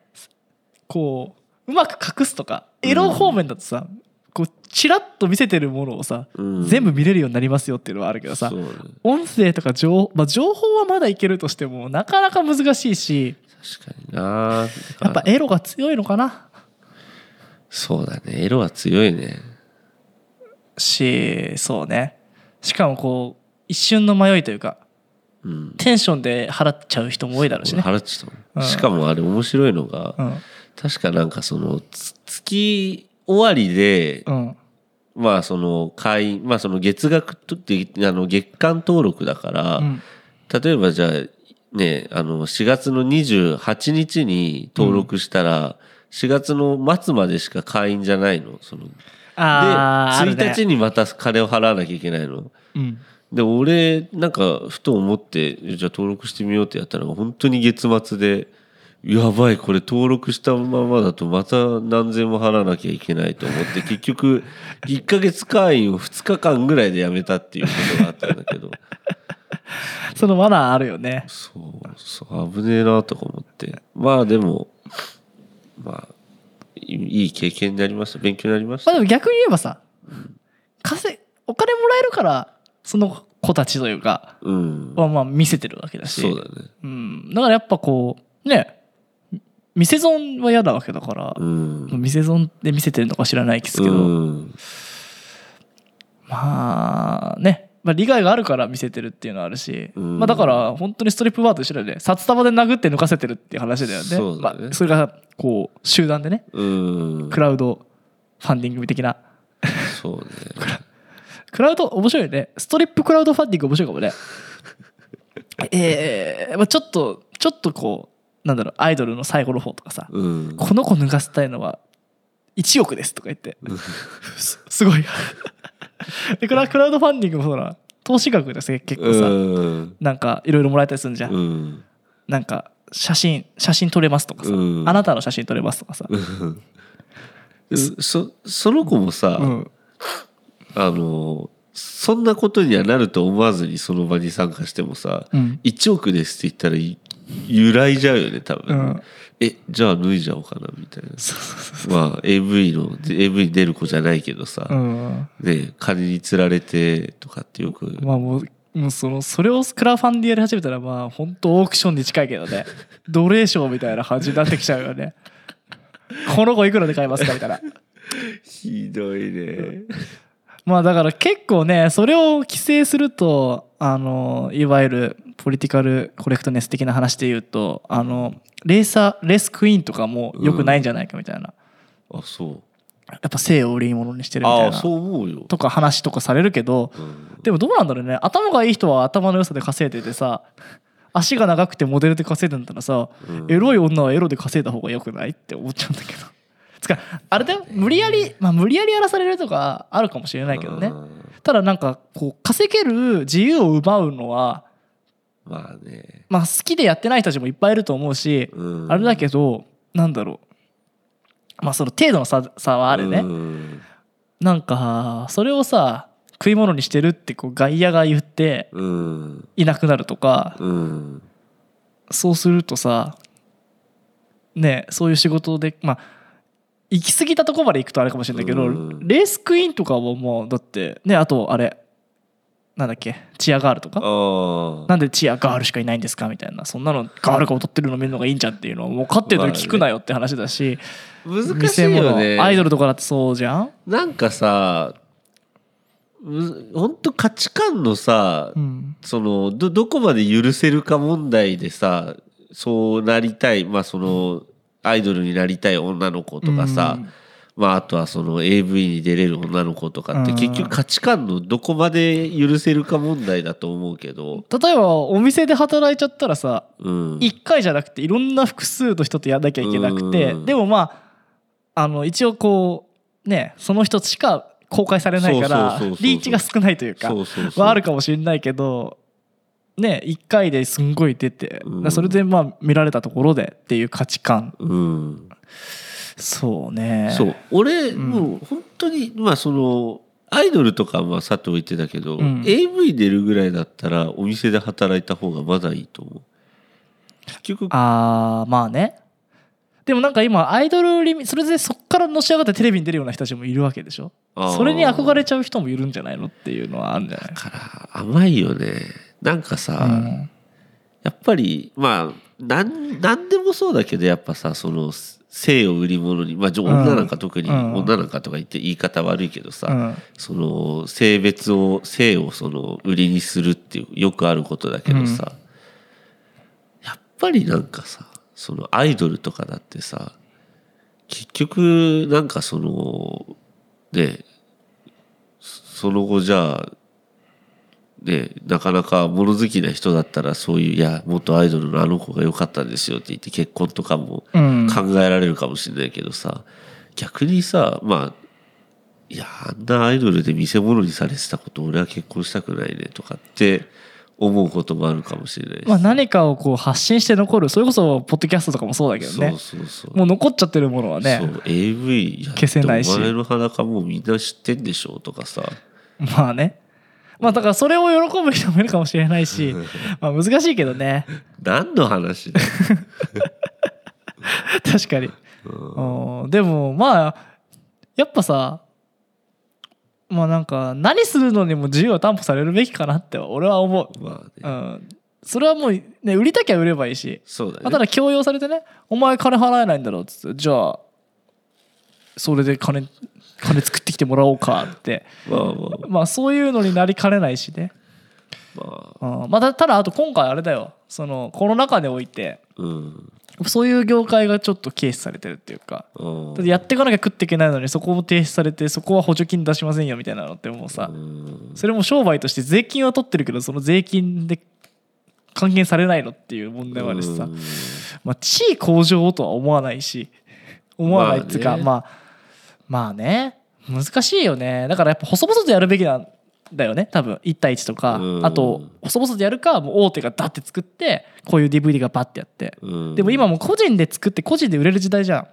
S2: こううまく隠すとかエロ方面だとさ、こうチラッと見せてるものをさ、
S1: うん
S2: 全部見れるようになりますよっていうのはあるけどさ
S1: そうね
S2: 音声とか情,、まあ、情報はまだいけるとしてもなかなか難しいし
S1: 確かにな
S2: やっぱエロが強いのかな
S1: そうだねエロは強いね
S2: しそうねしかもこう一瞬の迷いというか
S1: うん
S2: テンションで払っちゃう人も多いだろうし
S1: 俺
S2: ね。
S1: 払っちゃったもん
S2: うん
S1: しかもあれ面白いのが、
S2: うん
S1: 確かなんかそのつ月終わりで、
S2: うん
S1: まあその会員まあその月額とってあの月間登録だから、
S2: うん
S1: 例えばじゃあねあの4月の28日に登録したら、4月の末までしか会員じゃないのそので
S2: あーあるね
S1: 1日にまた金を払わなきゃいけないの
S2: うん
S1: で俺なんかふと思ってじゃあ登録してみようってやったら本当に月末でやばいこれ登録したままだとまた何千も払わなきゃいけないと思って結局1ヶ月会員を2日間ぐらいでやめたっていうことがあったんだけど
S2: そのマナーあるよね。
S1: そうそう危ねえなとか思ってまあでもまあいいい経験になりました勉強になりました
S2: まあでも逆に言えばさ、稼いお金もらえるから、その子たちというか、
S1: うん
S2: はまあ見せてるわけだし。
S1: そうだね
S2: うん。だからやっぱこう、ね、見せ損は嫌なわけだから、
S1: うん
S2: 見せ損で見せてるのか知らないですけど、
S1: うん
S2: まあね、まあ、利害があるから見せてるっていうのはあるし、
S1: うん
S2: まあ、だから本当にストリップバーと一緒だよね札束で殴って抜かせてるっていう話だよね
S1: そうだね
S2: まあ、それがこう集団でね
S1: うん
S2: クラウドファンディング的な
S1: そうね
S2: クラウド面白いよねストリップクラウドファンディング面白いかも ねえーまあ、ちょっとちょっとこうなんだろうアイドルの最後の方とかさ、
S1: うん
S2: この子脱がせたいのは1億ですとか言って すすごい でこれはクラウドファンディングもそうだな投資額ですね結構さ、
S1: うん
S2: なんかいろいろもらえたりするんじゃん、
S1: うん
S2: なんか写真写真撮れますとかさ、
S1: うん
S2: あなたの写真撮れますとかさ、
S1: そその子もさ、
S2: うん
S1: あのそんなことにはなると思わずにその場に参加してもさ、
S2: うん
S1: 1億ですって言ったらい揺らいじゃうよね多分、
S2: うん
S1: えじゃあ脱いじゃおうかなみたいなまあ AV の AV に出る子じゃないけどさ、
S2: うん
S1: ね金に釣られてとかってよく、
S2: まあもうもうそのそれをクラファンでやり始めたらまあ本当オークションに近いけどね奴隷賞みたいな感じになってきちゃうよねこの子いくらで買いますかみたいな
S1: ひどいね
S2: まあだから結構ねそれを規制するとあのいわゆるポリティカルコレクトネス的な話で言うとあのレーサーレースクイーンとかも良くないんじゃないかみたいな、
S1: あそう
S2: やっぱ性を売り物にしてるみた
S1: あ
S2: い
S1: あ
S2: な
S1: そう思うよ、
S2: とか話とかされるけど
S1: うん
S2: でもどうなんだろうね頭がいい人は頭の良さで稼いでてさ足が長くてモデルで稼いでんだったらさ、
S1: うん
S2: エロい女はエロで稼いだ方が良くないって思っちゃうんだけど。つかあれだよ無理やり、まあ、無理やりやらされるとかあるかもしれないけどね、
S1: うん
S2: ただなんかこう稼げる自由を奪うのは、
S1: まあね、
S2: まあ、好きでやってない人たちもいっぱいいると思うし、
S1: うん
S2: あれだけどなんだろうまあその程度の差差はあるね、
S1: うん
S2: なんかそれをさ食い物にしてるってこう外野が言って
S1: うん
S2: いなくなるとか、
S1: うん
S2: そうするとさねえそういう仕事でまあ行き過ぎたとこまで行くとあれかもしれないけど、
S1: うん
S2: レースクイーンとかはもうだってねあとあれなんだっけチアガールとか
S1: ああ
S2: なんでチアガールしかいないんですかみたいなそんなのガールが踊ってるの見るのがいいんじゃんっていうのをもう勝ってるのに聞くなよって話だし
S1: 難しいよね
S2: アイドルとかだってそうじゃん、
S1: なんかさむほんと価値観のさ、
S2: うん
S1: そのどどこまで許せるか問題でさそうなりたいまあそのアイドルになりたい女の子とかさ、
S2: うん
S1: まあ、あとはその AV に出れる女の子とかって
S2: うん
S1: 結局価値観のどこまで許せるか問題だと思うけど、
S2: 例えばお店で働いちゃったらさ
S1: うん、
S2: 1回じゃなくていろんな複数の人とやんなきゃいけなくて
S1: うん
S2: でもまああの一応こうねその人しか公開されないから
S1: そうそうそうそう
S2: リーチが少ないというか
S1: そうそうそう
S2: はあるかもしれないけどね1回ですんごい出て
S1: うん
S2: それでまあ見られたところでっていう価値観
S1: うん、
S2: そうね
S1: そう俺、
S2: ん
S1: もう本当にまあそのアイドルとかはさておいてだけど、
S2: うん
S1: AV 出るぐらいだったらお店で働いた方がまだいいと思う結局
S2: あーまあねでもなんか今アイドルリミそれでそっからのし上がってテレビに出るような人たちもいるわけでしょ
S1: あー
S2: それに憧れちゃう人もいるんじゃないのっていうのはあるんじゃない
S1: だから甘いよねなんかさ、
S2: うん
S1: やっぱりまあなんなんでもそうだけどやっぱさその性を売り物にまあじょ
S2: うん
S1: 女なんか特に、
S2: うん
S1: 女なんかとか言って言い方悪いけどさ、
S2: うん
S1: その性別を性をその売りにするっていうよくあることだけどさ、やっぱりなんかさそのアイドルとかだってさ結局なんかそのねその後じゃあねなかなか物好きな人だったらそういう「いや元アイドルのあの子が良かったんですよ」って言って結婚とかも
S2: うん
S1: 考えられるかもしれないけどさ、逆にさまあいやあんなアイドルで見せ物にされてたこと俺は結婚したくないねとかって思うこともあるかもしれないし、
S2: まあ、何かをこう発信して残るそれこそポッドキャストとかもそうだけどね
S1: そうそうそう
S2: もう残っちゃってるものは
S1: そ
S2: ね
S1: う AV やって
S2: 消せないし
S1: お前の裸もうみんな知ってんでしょとかさ
S2: まあねまあだからそれを喜ぶ人もいるかもしれない しまあ難しいけどね
S1: 何の話だよ
S2: 確かに、うんでもまあやっぱさまあなんか何するのにも自由は担保されるべきかなって俺は思う、
S1: まあ
S2: う
S1: ね
S2: ん、それはもうね売りたきゃ売ればいいし、
S1: そうだ
S2: まあ、
S1: ね
S2: ただ強要されてね「お前金払えないんだろ」っつって「じゃあそれで金金作ってきてもらおうか」って
S1: まあまあま
S2: まあそういうのになりかねないしね、
S1: あまあ
S2: うん、まあたただあと今回あれだよそのコロナ禍において
S1: うん
S2: そういう業界がちょっと軽視されてるっていうか
S1: うん
S2: だってやっていかなきゃ食っていけないのにそこも停止されてそこは補助金出しませんよみたいなのってもうさ
S1: うん
S2: それも商売として税金は取ってるけどその税金で還元されないのっていう問題もあるしさ
S1: うん
S2: まあ地位向上をとは思わないし思わないっていうか
S1: ま
S2: まあまあね難しいよねだからやっぱ細々とやるべきなんだよね多分1対1とか
S1: うん
S2: あと細々とやるかもう大手がダッて作ってこういう DVD がバッてやって
S1: うん
S2: でも今もう個人で作って個人で売れる時代じゃん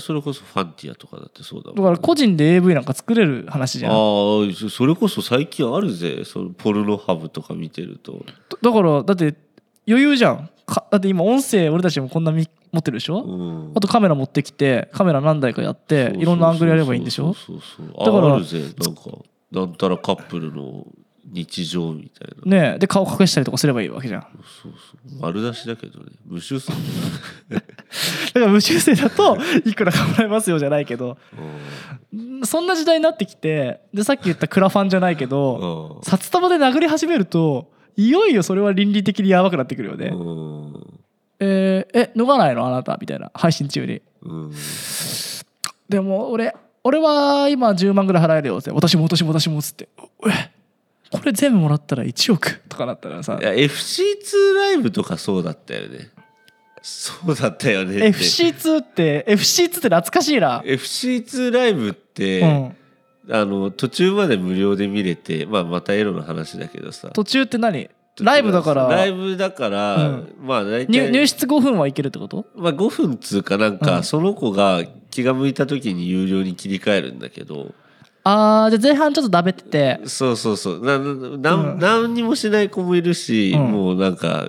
S1: それこそファンティアとかだってそうだもん
S2: だから個人で AV なんか作れる話じゃん
S1: ああそそれこそ最近あるぜそのポルノハブとか見てると
S2: だだからだって余裕じゃんかだって今音声俺たちもこんなみ持ってるでしょ、
S1: うん
S2: あとカメラ持ってきてカメラ何台かやっていろんなアングルやればいいんでしょ
S1: そうそうそう
S2: だ
S1: だ
S2: か
S1: かららあるぜなんかなんたらカップルの日常みたいな
S2: ねえで顔隠したりとかすればいいわけじゃんだ
S1: そうそう丸出しだけどね無臭さ
S2: から無修正だと いくらかもらえますよじゃないけどんそんな時代になってきてでさっき言ったクラファンじゃないけど札束で殴り始めるといよいよそれは倫理的にやばくなってくるよね、
S1: うん
S2: えーえ脱がないのあなたみたいな配信中に
S1: うん
S2: でも俺俺は今10万ぐらい払えるよって私も私も私もっつってうえこれ全部もらったら1億とかなったらさ
S1: いや FC2 ライブとかそうだったよねそうだったよねって
S2: FC2 って FC2 って懐かしいな、
S1: FC2 ライブって、
S2: うん、
S1: あの途中まで無料で見れて、まあ、またエロの話だけどさ
S2: 途中って何ライブだから
S1: ライブだから、
S2: うん
S1: まあ大
S2: 入
S1: 体
S2: 入室5分はいけるってこと
S1: まあ、5分つうかなんか、
S2: うん
S1: その子が気が向いた時に有料に切り替えるんだけど
S2: あーじゃあ前半ちょっとだべってて
S1: そうそうそうなな
S2: う
S1: ん
S2: ん
S1: 何にもしない子もいるし、
S2: うん
S1: もうなんか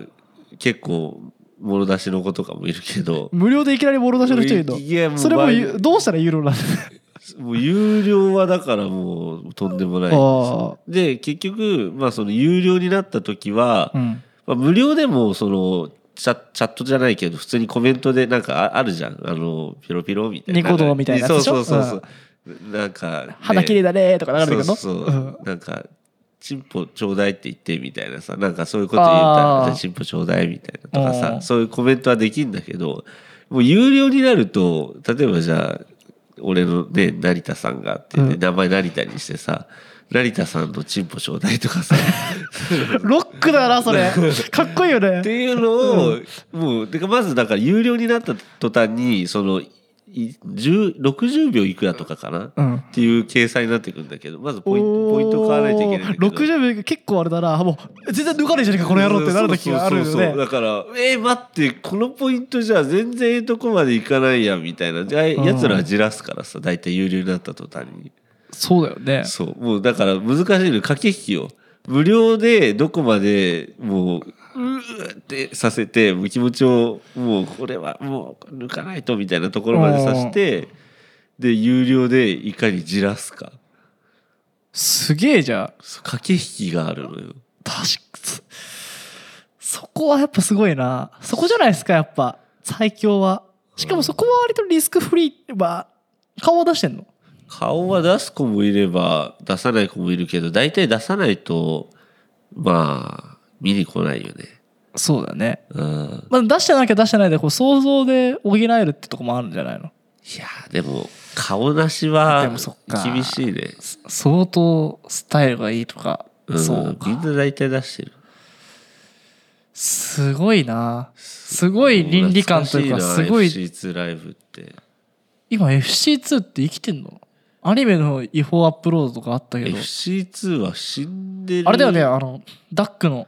S1: 結構もろ出しの子とかもいるけど
S2: 無料でいきなりボロ出しの人いるの
S1: いやもう
S2: それも
S1: 前
S2: ゆどうしたらユーロなんだ
S1: もう有料はだからもうとんでもない
S2: あ
S1: で結局、まあ、その有料になった時は、
S2: ーうん
S1: まあ、無料でもそのチャチャットじゃないけど普通にコメントでなんかああるじゃんあのピロピロみたいな
S2: ニコ動みたいなやつ
S1: そ
S2: で
S1: う
S2: しょ
S1: そうそうそう、なんか、ね
S2: 肌綺麗だねーとか流れてくるの
S1: そうそう、
S2: うん
S1: なんかチンポちょうだいって言ってみたいなさなんかそういうこと言ったら
S2: あー
S1: じゃあチンポちょうだいみたいなとか
S2: うん
S1: さそういうコメントはできんだけどもう有料になると例えばじゃあ俺のね成田さんがって言って、
S2: うん
S1: 名前成田にしてさ成田さんのチンポちょうだいとかさ
S2: ロックだなそ れかっこいいよね
S1: っていうのを、もうてかまずだから有料になった途端にそのい10 60秒いくらとかかな、
S2: うん
S1: っていう計算になってくんだけどまずポイントポイント買わないといけないんだけど
S2: おー60秒結構あれだなもう全然抜かねえじゃねえかこの野郎ってなる時があるよ
S1: そうそうそうそう
S2: ね
S1: だからえー待ってこのポイントじゃ全然ええとこまでいかないやんみたいなじゃあやつらはじらすからさ大体有料になった途端に
S2: そうだよね
S1: そうもうだから難しいの駆け引きを無料でどこまでもうーってさせてもう気持ちをもうこれはもう抜かないとみたいなところまでさせてで有料でいかにじらすか
S2: すげえじゃあ
S1: そう駆け引きがあるのよ
S2: 確かそそこはやっぱすごいなそこじゃないですかやっぱ最強はしかもそこは割とリスクフリーは顔は出してんの
S1: 顔は出す子もいれば出さない子もいるけど大体出さないとまあ見に来ないよね
S2: そうだね、
S1: うん
S2: まあ、出してなきゃ出してないでこう想像で補えるってとこもあるんじゃない
S1: い
S2: の
S1: やーでも顔なし
S2: で
S1: は
S2: もそっか
S1: 厳しいね
S2: 相当スタイルがいいとか、
S1: ん
S2: そう
S1: み
S2: か
S1: んな大体出してる
S2: すごいなすごい倫理観というかすごい
S1: FC2 ライブって
S2: 今 FC2 って生きてんのアニメの違法アップロードとかあったけど
S1: FC2 は死んでる
S2: あれだよねあのダックの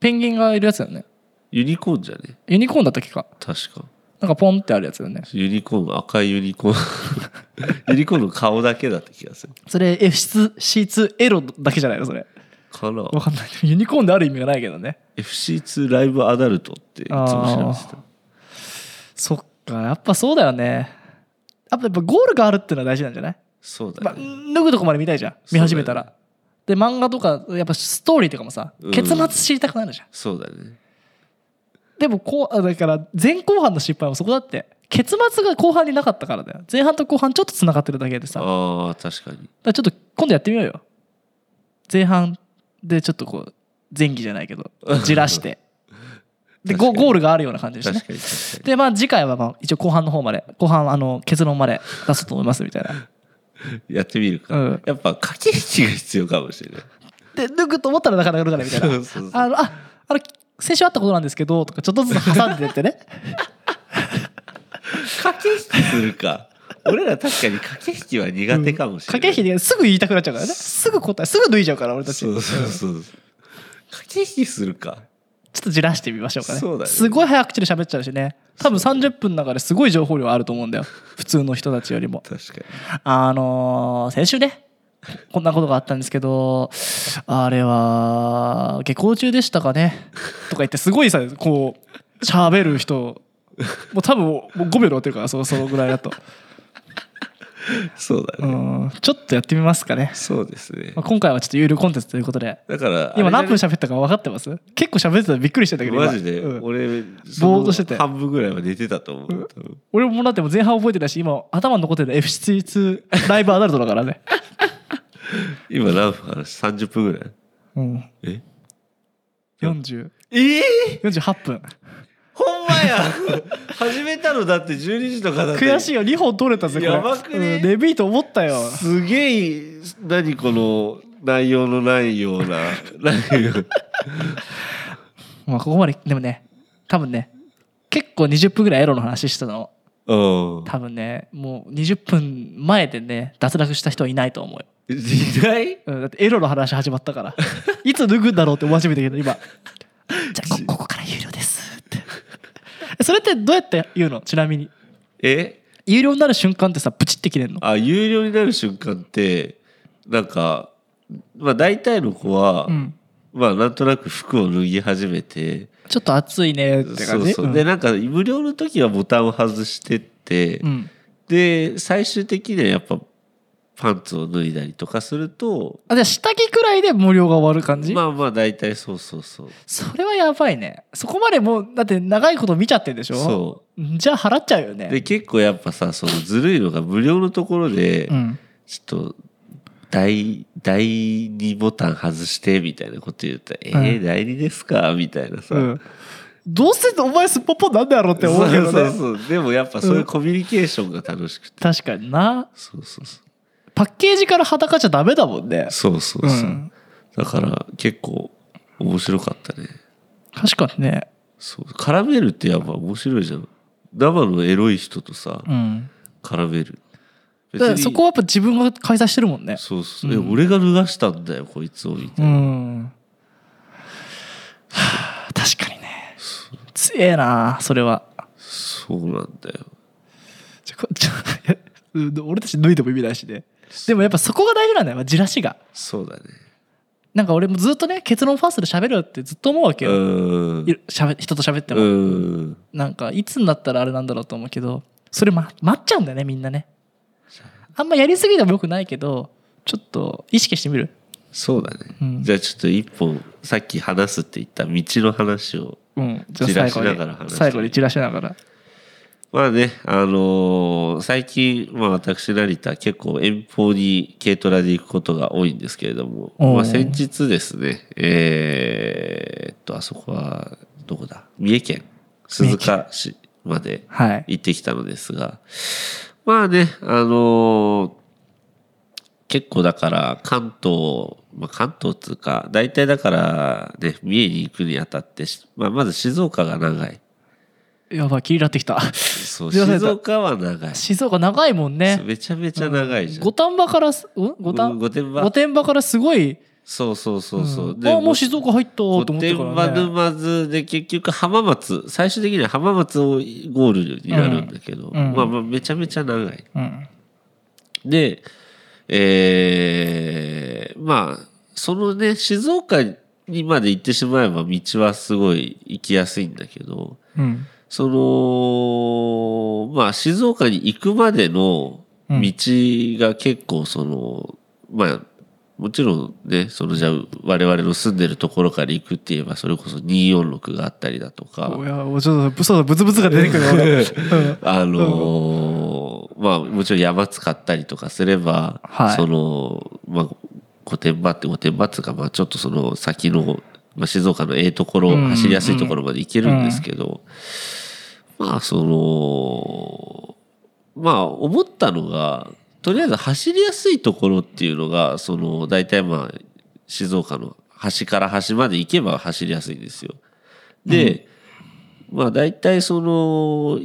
S2: ペンギンがいるやつだよね
S1: ユニコーンじゃね
S2: ユニコーンだったっけか
S1: 確か
S2: なんかポンってあるやつだよね
S1: ユニコーン 赤いユニコーンユニコーンの顔だけだった気がする
S2: それ FC2 エロだけじゃないのそれ
S1: かな
S2: わかんないユニコーンである意味がないけどね
S1: FC2 ライブアダルトっていつも調べてた
S2: そっかやっぱそうだよねやっぱやっぱゴールがあるっていうのは大事なんじゃない
S1: そう
S2: ま
S1: だ
S2: あ、
S1: ね、
S2: 脱ぐとこまで見たいじゃん見始めたら、
S1: そ
S2: で漫画とかやっぱストーリーとかもさ
S1: うん
S2: 結末知りたくなるじゃん、
S1: そうだね
S2: でもこうあだから前後半の失敗もそこだって結末が後半になかったからだよ前半と後半ちょっとつながってるだけでさだか
S1: ああ確かに
S2: らちょっと今度やってみようよ前半でちょっとこう前期じゃないけ どじらしてでゴ
S1: 確かに
S2: ゴールがあるような感じでし
S1: 確
S2: て
S1: か
S2: ね
S1: に確かに
S2: でまあ次回はまあ一応後半の方まで後半はあの結論まで出そうと思いますみたいな
S1: やってみるか、
S2: うん
S1: やっぱ駆け引きが必要かもしれない
S2: で脱ぐと思ったらなかなか脱がないみたいな
S1: そうそうそう
S2: あの、あ、あの、先週あったことなんですけど、とか、ちょっとずつ挟ん でってね。
S1: 駆け引きするか俺ら確かに駆け引きは苦手かもしれない、
S2: 駆け引きですぐ言いたくなっちゃうからね。すぐ答え、すぐ脱いじゃうから、俺たち。ち
S1: そ
S2: ょ
S1: うそうそう駆け引きするか
S2: っとじらしてみましょうかね。
S1: そうだね
S2: すごい早口で喋っちゃうしね。多分30分の中ですごい情報量あると思うんだよ。普通の人たちよりも。
S1: 確かに
S2: あのー先週ね、こんなことがあったんですけど、あれは、下校中でしたかねとか言って、すごいさ、こう、喋る人、もう多分もう5秒で終わってるから、そそのぐらいだと。
S1: そうだ
S2: う
S1: ね、
S2: んちょっとやってみます かね。
S1: そうですね
S2: まあ、今回はちょっと有料コンテンツということで、
S1: だから
S2: 今何分
S1: しゃ
S2: 喋ったか分かってます結構喋ってたらびっくりしてたけど、今
S1: マジで、
S2: うん
S1: 俺
S2: ぼーっとしてて
S1: その半分ぐらいは寝てたと思う、多分
S2: 俺もだってもう前半覚えてないし、今頭に残ってる FC2 ライブアダルトだからね。
S1: 今何分話した30分ぐらい
S2: うん、
S1: え
S2: 40
S1: ええ
S2: 48分。
S1: ほんまや始めたのだって12時とかだって
S2: 悔しいよ、2本取れたぜ、これ。
S1: やばくね
S2: うん、レビーと思ったよ。
S1: すげえ何この内容のないような 内容
S2: まあ、ここまで、でもね、多分ね、結構20分ぐらいエロの話してたの。
S1: うん
S2: 多分ね、もう20分前でね、脱落した人はいないと思うよ。
S1: 時代
S2: うん、だってエロの話始まった からいつ脱ぐんだろうって思わしめたけど 今じゃあこここから有料ですって えそれってどうやって言うのちなみに
S1: え
S2: 有料になる瞬間ってさプチって切れんの
S1: あ有料になる瞬間ってなんかまあ大体の子は、
S2: うん
S1: まあなんとなく服を脱ぎ始めて
S2: ちょっと暑いねって
S1: そ
S2: 感
S1: う
S2: じ
S1: そう、
S2: ん
S1: でなんか無料の時はボタンを外してって、
S2: うん
S1: で最終的にはやっぱパンツを脱いだりとかすると
S2: あじゃあ下着くらいで無料が終わる感じ、
S1: まあまあ大体そうそうそう
S2: それはやばいねそこまでもうだって長いこと見ちゃってるでしょ
S1: そう
S2: じゃあ払っちゃうよね
S1: うで結構やっぱさそのずるいのが無料のところで、
S2: うん、
S1: ちょっと第第2ボタン外してみたいなこと言ったら「えー、
S2: う
S1: 第2ですか?」みたいなさ、
S2: うん、どうせお前すっぽっぽなんだろうって思うけど
S1: そ
S2: ね
S1: うそうそうでもやっぱそういうコミュニケーションが楽しくて、
S2: 確かにな
S1: そうそうそう
S2: パッケージから裸じゃダメだもんね
S1: そうそうそう、
S2: うん
S1: だから結構面白かったね
S2: 確かにね
S1: そう絡めるってやっぱ面白いじゃん生のエロい人とさ
S2: うん
S1: 絡める
S2: だからそこはやっぱ自分が開催してるもんね
S1: そうそう、え俺が脱がしたんだよこいつをみた
S2: う
S1: いな、
S2: んはあ確かにね強えなそれは
S1: そうなんだよ
S2: ちょこちょうん俺たち脱いでも意味ないしねでもやっぱそこが大事なんだよやっぱじらしが
S1: そうだね
S2: なんか俺もずっとね結論ファーストで喋るってずっと思うわけ
S1: う
S2: よ、
S1: ん
S2: いる喋人と喋っても、
S1: うん
S2: なんかいつになったらあれなんだろうと思うけどそれ、ま、待っちゃうんだよねみんなねあんまやりすぎてもよくないけどちょっと意識してみる
S1: そうだね、
S2: うん
S1: じゃあちょっと一本さっき話すって言った道の話を
S2: うんじゃあ
S1: じら
S2: 最
S1: し
S2: 後
S1: ながら話
S2: に
S1: して
S2: 最後に散らしながら
S1: まあねあのー最近、まあ、私成田結構遠方に軽トラで行くことが多いんですけれども、
S2: おー
S1: まあ、先日ですねえーっとあそこはどこだ三重県鈴鹿市まで
S2: はい
S1: 行ってきたのですがまあねあのー結構だから関東、まあ、関東つうか大体だからね三重に行くにあたってし、まあ、まず静岡が長い
S2: やばい気になって きた
S1: そう
S2: すいません
S1: 静岡は長い
S2: 静岡長いもんね
S1: めちゃめちゃ長いじゃん。
S2: 五反場からすうん
S1: う
S2: 五
S1: ん
S2: 反
S1: 御殿場
S2: 御殿場からすごい
S1: そうそうそうそう。
S2: んあもう静岡入ったと思
S1: 御
S2: ってから、ね、
S1: 殿場沼津で結局浜松最終的には浜松をゴールになるんだけど、
S2: うんうん
S1: まあまあめちゃめちゃ長い。
S2: うん
S1: でえーまあそのね静岡にまで行ってしまえば道はすごい行きやすいんだけど
S2: うん
S1: そのまあ静岡に行くまでの
S2: うん
S1: 道が結構その、まあもちろんねそのじゃあ我々の住んでるところから行くって言えばそれこそ246があったりだとか
S2: おやおちょっとそうだブツブツが出てくる よ俺うん
S1: あのーまあもちろん山使ったりとかすれば、
S2: はい
S1: そのまあ御殿場って御殿場っていうかまあちょっとその先の、まあ、静岡のええところ、
S2: うんうん
S1: 走りやすいところまで行けるんですけど、まあそのまあ思ったのがとりあえず走りやすいところっていうのがその大体まあ静岡の端から端まで行けば走りやすいんですよ。で、まあ大体その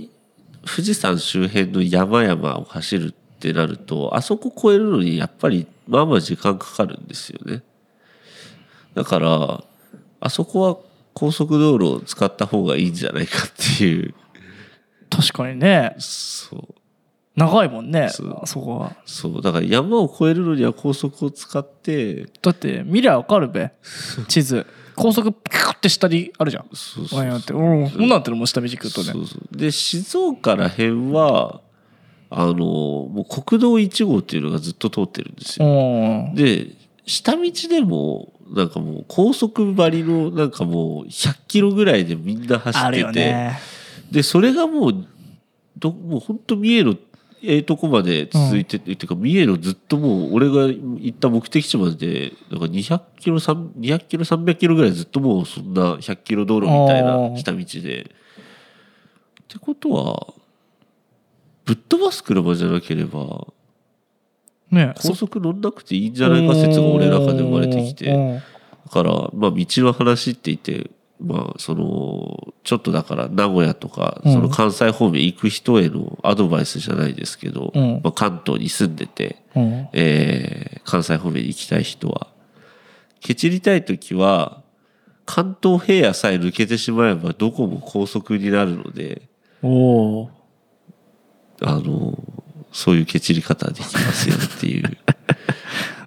S1: 富士山周辺の山々を走るってなるとあそこ越えるのにやっぱりまあまあ時間かかるんですよね。だからあそこは高速道路を使った方がいいんじゃないかっていう
S2: 確かにね
S1: そう
S2: 長いもんね
S1: そう
S2: あそこは
S1: そうだから山を越えるのには高速を使って
S2: だって見りゃわかるべ地図高速ピューって下にあるじゃん
S1: そう
S2: わかんなくてうんこんなんてのもう下道行くと
S1: そ
S2: ね
S1: うそうで静岡らへんはあのもう国道1号っていうのがずっと通ってるんですよ。
S2: うん
S1: で下道でもなんかもう高速張りのなんかもう100キロぐらいでみんな走
S2: あ
S1: っ
S2: る
S1: て
S2: よ
S1: て、
S2: ね
S1: でそれがもうどもうほんと三重のええとこまで続いてて、っていうか三重のずっともう俺が行った目的地までなんか200キロ3 200キロ300キロぐらいずっともうそんな100キロ道路みたい
S2: お
S1: な
S2: ー
S1: 下道で。ってことはぶっ飛ばす車じゃなければ
S2: ね
S1: 高速乗んなくていいんじゃないか説が俺の中で生まれてきて。
S2: うん
S1: だから、まあ、道の話って言って、まあ、その、ちょっとだから、名古屋とか、
S2: うん
S1: その関西方面行く人へのアドバイスじゃないですけど、
S2: うん
S1: まあ、関東に住んでて、
S2: うん
S1: えー関西方面に行きたい人は、ケチりたい時は、関東平野さえ抜けてしまえば、どこも高速になるので、
S2: おお
S1: あの、そういうケチり方できますよっていう、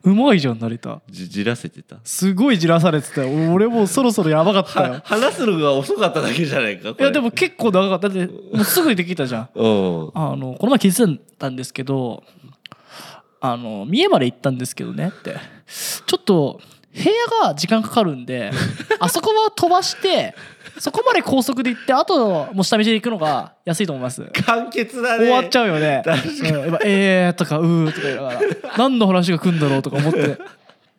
S2: うまいじゃん成田
S1: じじらせてた。
S2: すごいじらされてたよ俺俺もうそろそろやばかったよ
S1: は 話すのが遅かっただけじゃないか、こ
S2: い
S1: れ
S2: やでも、結構長かっただってもうすぐにできたじゃん
S1: うん。
S2: あのこの前気づいたんですけどあの三重まで行ったんですけどねってちょっと部屋が時間かかるん であそこは飛ばしてそこまで高速で行ってあともう下道で行くのが安いと思います
S1: 簡潔だね
S2: 終わっち
S1: ゃ
S2: ゃうよね
S1: 確
S2: うんやっぱえー」とか「うー」とか言いながら何の話が来んだろうとか思って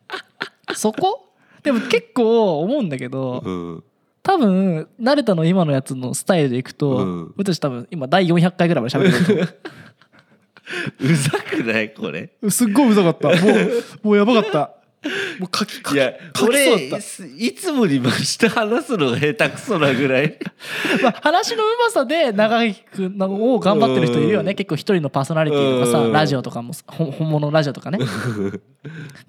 S2: そこでも結構思うんだけど
S1: うん
S2: 多分慣れたの今のやつのスタイルでいくと、
S1: うん
S2: 俺たち多分今第400回ぐらいまで喋ってる
S1: うざくないこれ
S2: と すっごいうざかったもうもうやばかったもう書き書
S1: い
S2: き
S1: や
S2: 書
S1: こ
S2: きそう
S1: れ
S2: だ
S1: い
S2: っ
S1: ついつもに増して話すのが下手くそなぐらい
S2: た、まあ、話のうまさで長いくのを頑張ってる人いるよね
S1: うん
S2: 結構一人のパーソナリティとかさ
S1: うん
S2: ラジオとかもほ本物のラジオ とかね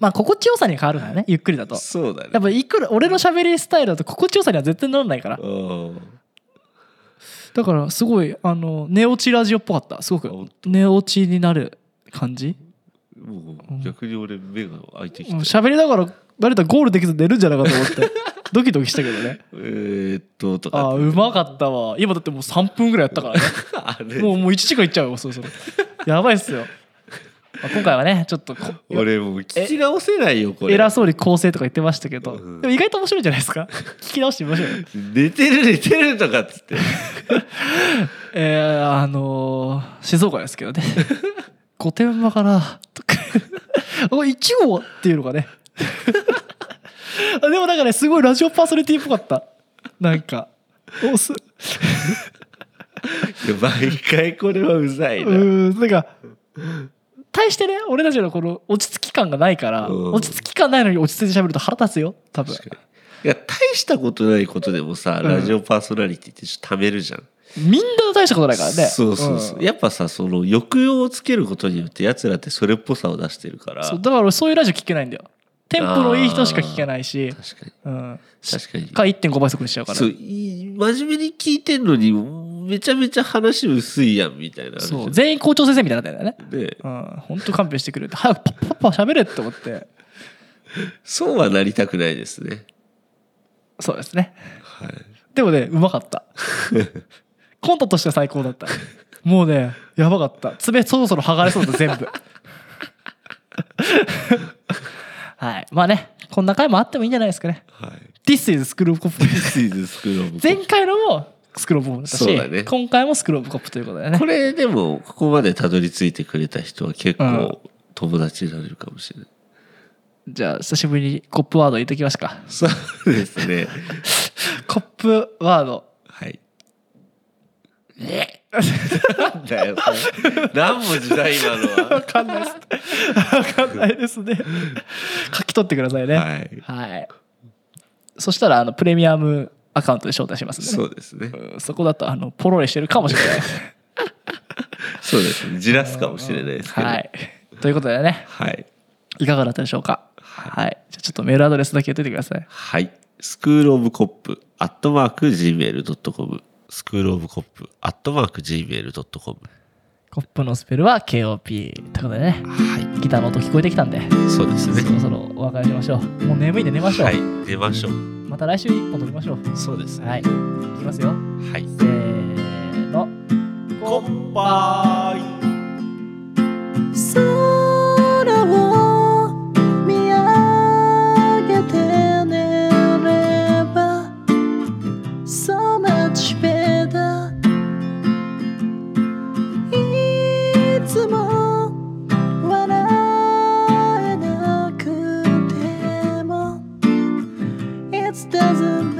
S2: まあ心地よさに変わるからねゆっくりだと
S1: そうだね
S2: やっぱいくら俺の喋りスタイルだと心地よさには絶対ならないから
S1: うん
S2: だからすごいあの寝落ちラジオっぽかったすごく
S1: 本
S2: 寝落ちになる感じ
S1: もう逆に俺目が開いてき
S2: う
S1: た
S2: ん喋りながら誰だゴールできず寝るんじゃないかと思って ドキドキしたけどね
S1: えーっとと
S2: あ
S1: か
S2: あうまかったわ今だってもう3分ぐらいやったからね
S1: あれ
S2: もうもう1時間いっちゃうよそろそろやばいっすよ、まあ今回はねちょっとこ
S1: 俺もう聞き直せないよこれ
S2: 偉そうに構成とか言ってましたけど、
S1: うん
S2: でも意外と面白いんじゃないですか聞き直してみましょうよ
S1: 寝てる寝てるとかっつって
S2: えー、あのー静岡ですけ どね御殿場からとかあ一号っていうのがね あでもなんかねすごいラジオパーソナリティっぽかったなんかおす
S1: いや毎回これはうざいうな、
S2: んなんか対してね俺たちのこの落ち着き感がないから、
S1: うん
S2: 落ち着き感ないのに落ち着いて喋ると腹立つよ多分
S1: 確かにいや大したことないことでもさ、
S2: うん
S1: ラジオパーソナリティってちょっと貯めるじゃん、
S2: みんな大したことないからね
S1: そうそうそう、
S2: ん
S1: やっぱさその抑揚をつけることによってやつらってそれっぽさを出してるから
S2: そう
S1: 確
S2: だから俺そういうラジオ聞けないんだよテンポのいい人しか聞けないし
S1: かに
S2: うん
S1: 確かに
S2: か1.5倍速にしちゃうから
S1: そういい真面目に聞いてんのにめちゃめちゃ話薄いやんみたいな
S2: そう全員校長先生みたいになったんだよね
S1: で
S2: うん本当勘弁してくれって早くパッパッパ喋れって思って
S1: そうはなりたくないですね
S2: そうですね
S1: はい
S2: でもねうまかったコントとしては最高だったもうねやばかった爪そろそろ剥がれそうだ全部はいまあねこんな回もあってもいいんじゃないですかね
S1: はい。
S2: This is スクロープコップ
S1: This is School of
S2: 前回のもスクロープコップだった
S1: そう
S2: し
S1: だね
S2: 今回もスクロープコップということでね
S1: これでもここまでたどり着いてくれた人は結構
S2: う
S1: 友達になれるかもしれない。
S2: じゃあ久しぶりにコップワード入れてきますか
S1: そうですね。
S2: コップワード
S1: はい。なんだよ。それ 何文字だ今のは。
S2: わかんないです。わかんないですね。書き取ってくださいね。。
S1: はいい。
S2: そしたらあのプレミアムアカウントで招待しますんでね。
S1: そうですね。
S2: うんそこだとあのポロリしてるかもしれない。
S1: そうですね。じらすかもしれないですけど。
S2: は
S1: はい。
S2: い。ということでね、
S1: はい。
S2: いかがだったでしょうか。はい。じゃあちょっとメールアドレスだけ言っててください。
S1: はい。スクールオブコップアットマーク Gmail.com スクールオブコップアットマーク Gmail.com
S2: コップのスペルは KOP。ということでね、
S1: は
S2: ギターの音聞こえてきたんで、
S1: い。そうです
S2: そろ
S1: ね。
S2: そろお別れしましょう。もう眠いんで寝ましょう。
S1: はい。出ましょう。
S2: また来週一本撮りましょう。
S1: そうですね。
S2: はい。いきますよ。
S1: はい。
S2: せーの。
S1: コンパイ
S3: 空を見上げて寝れば So much better いつも笑えなくても It doesn't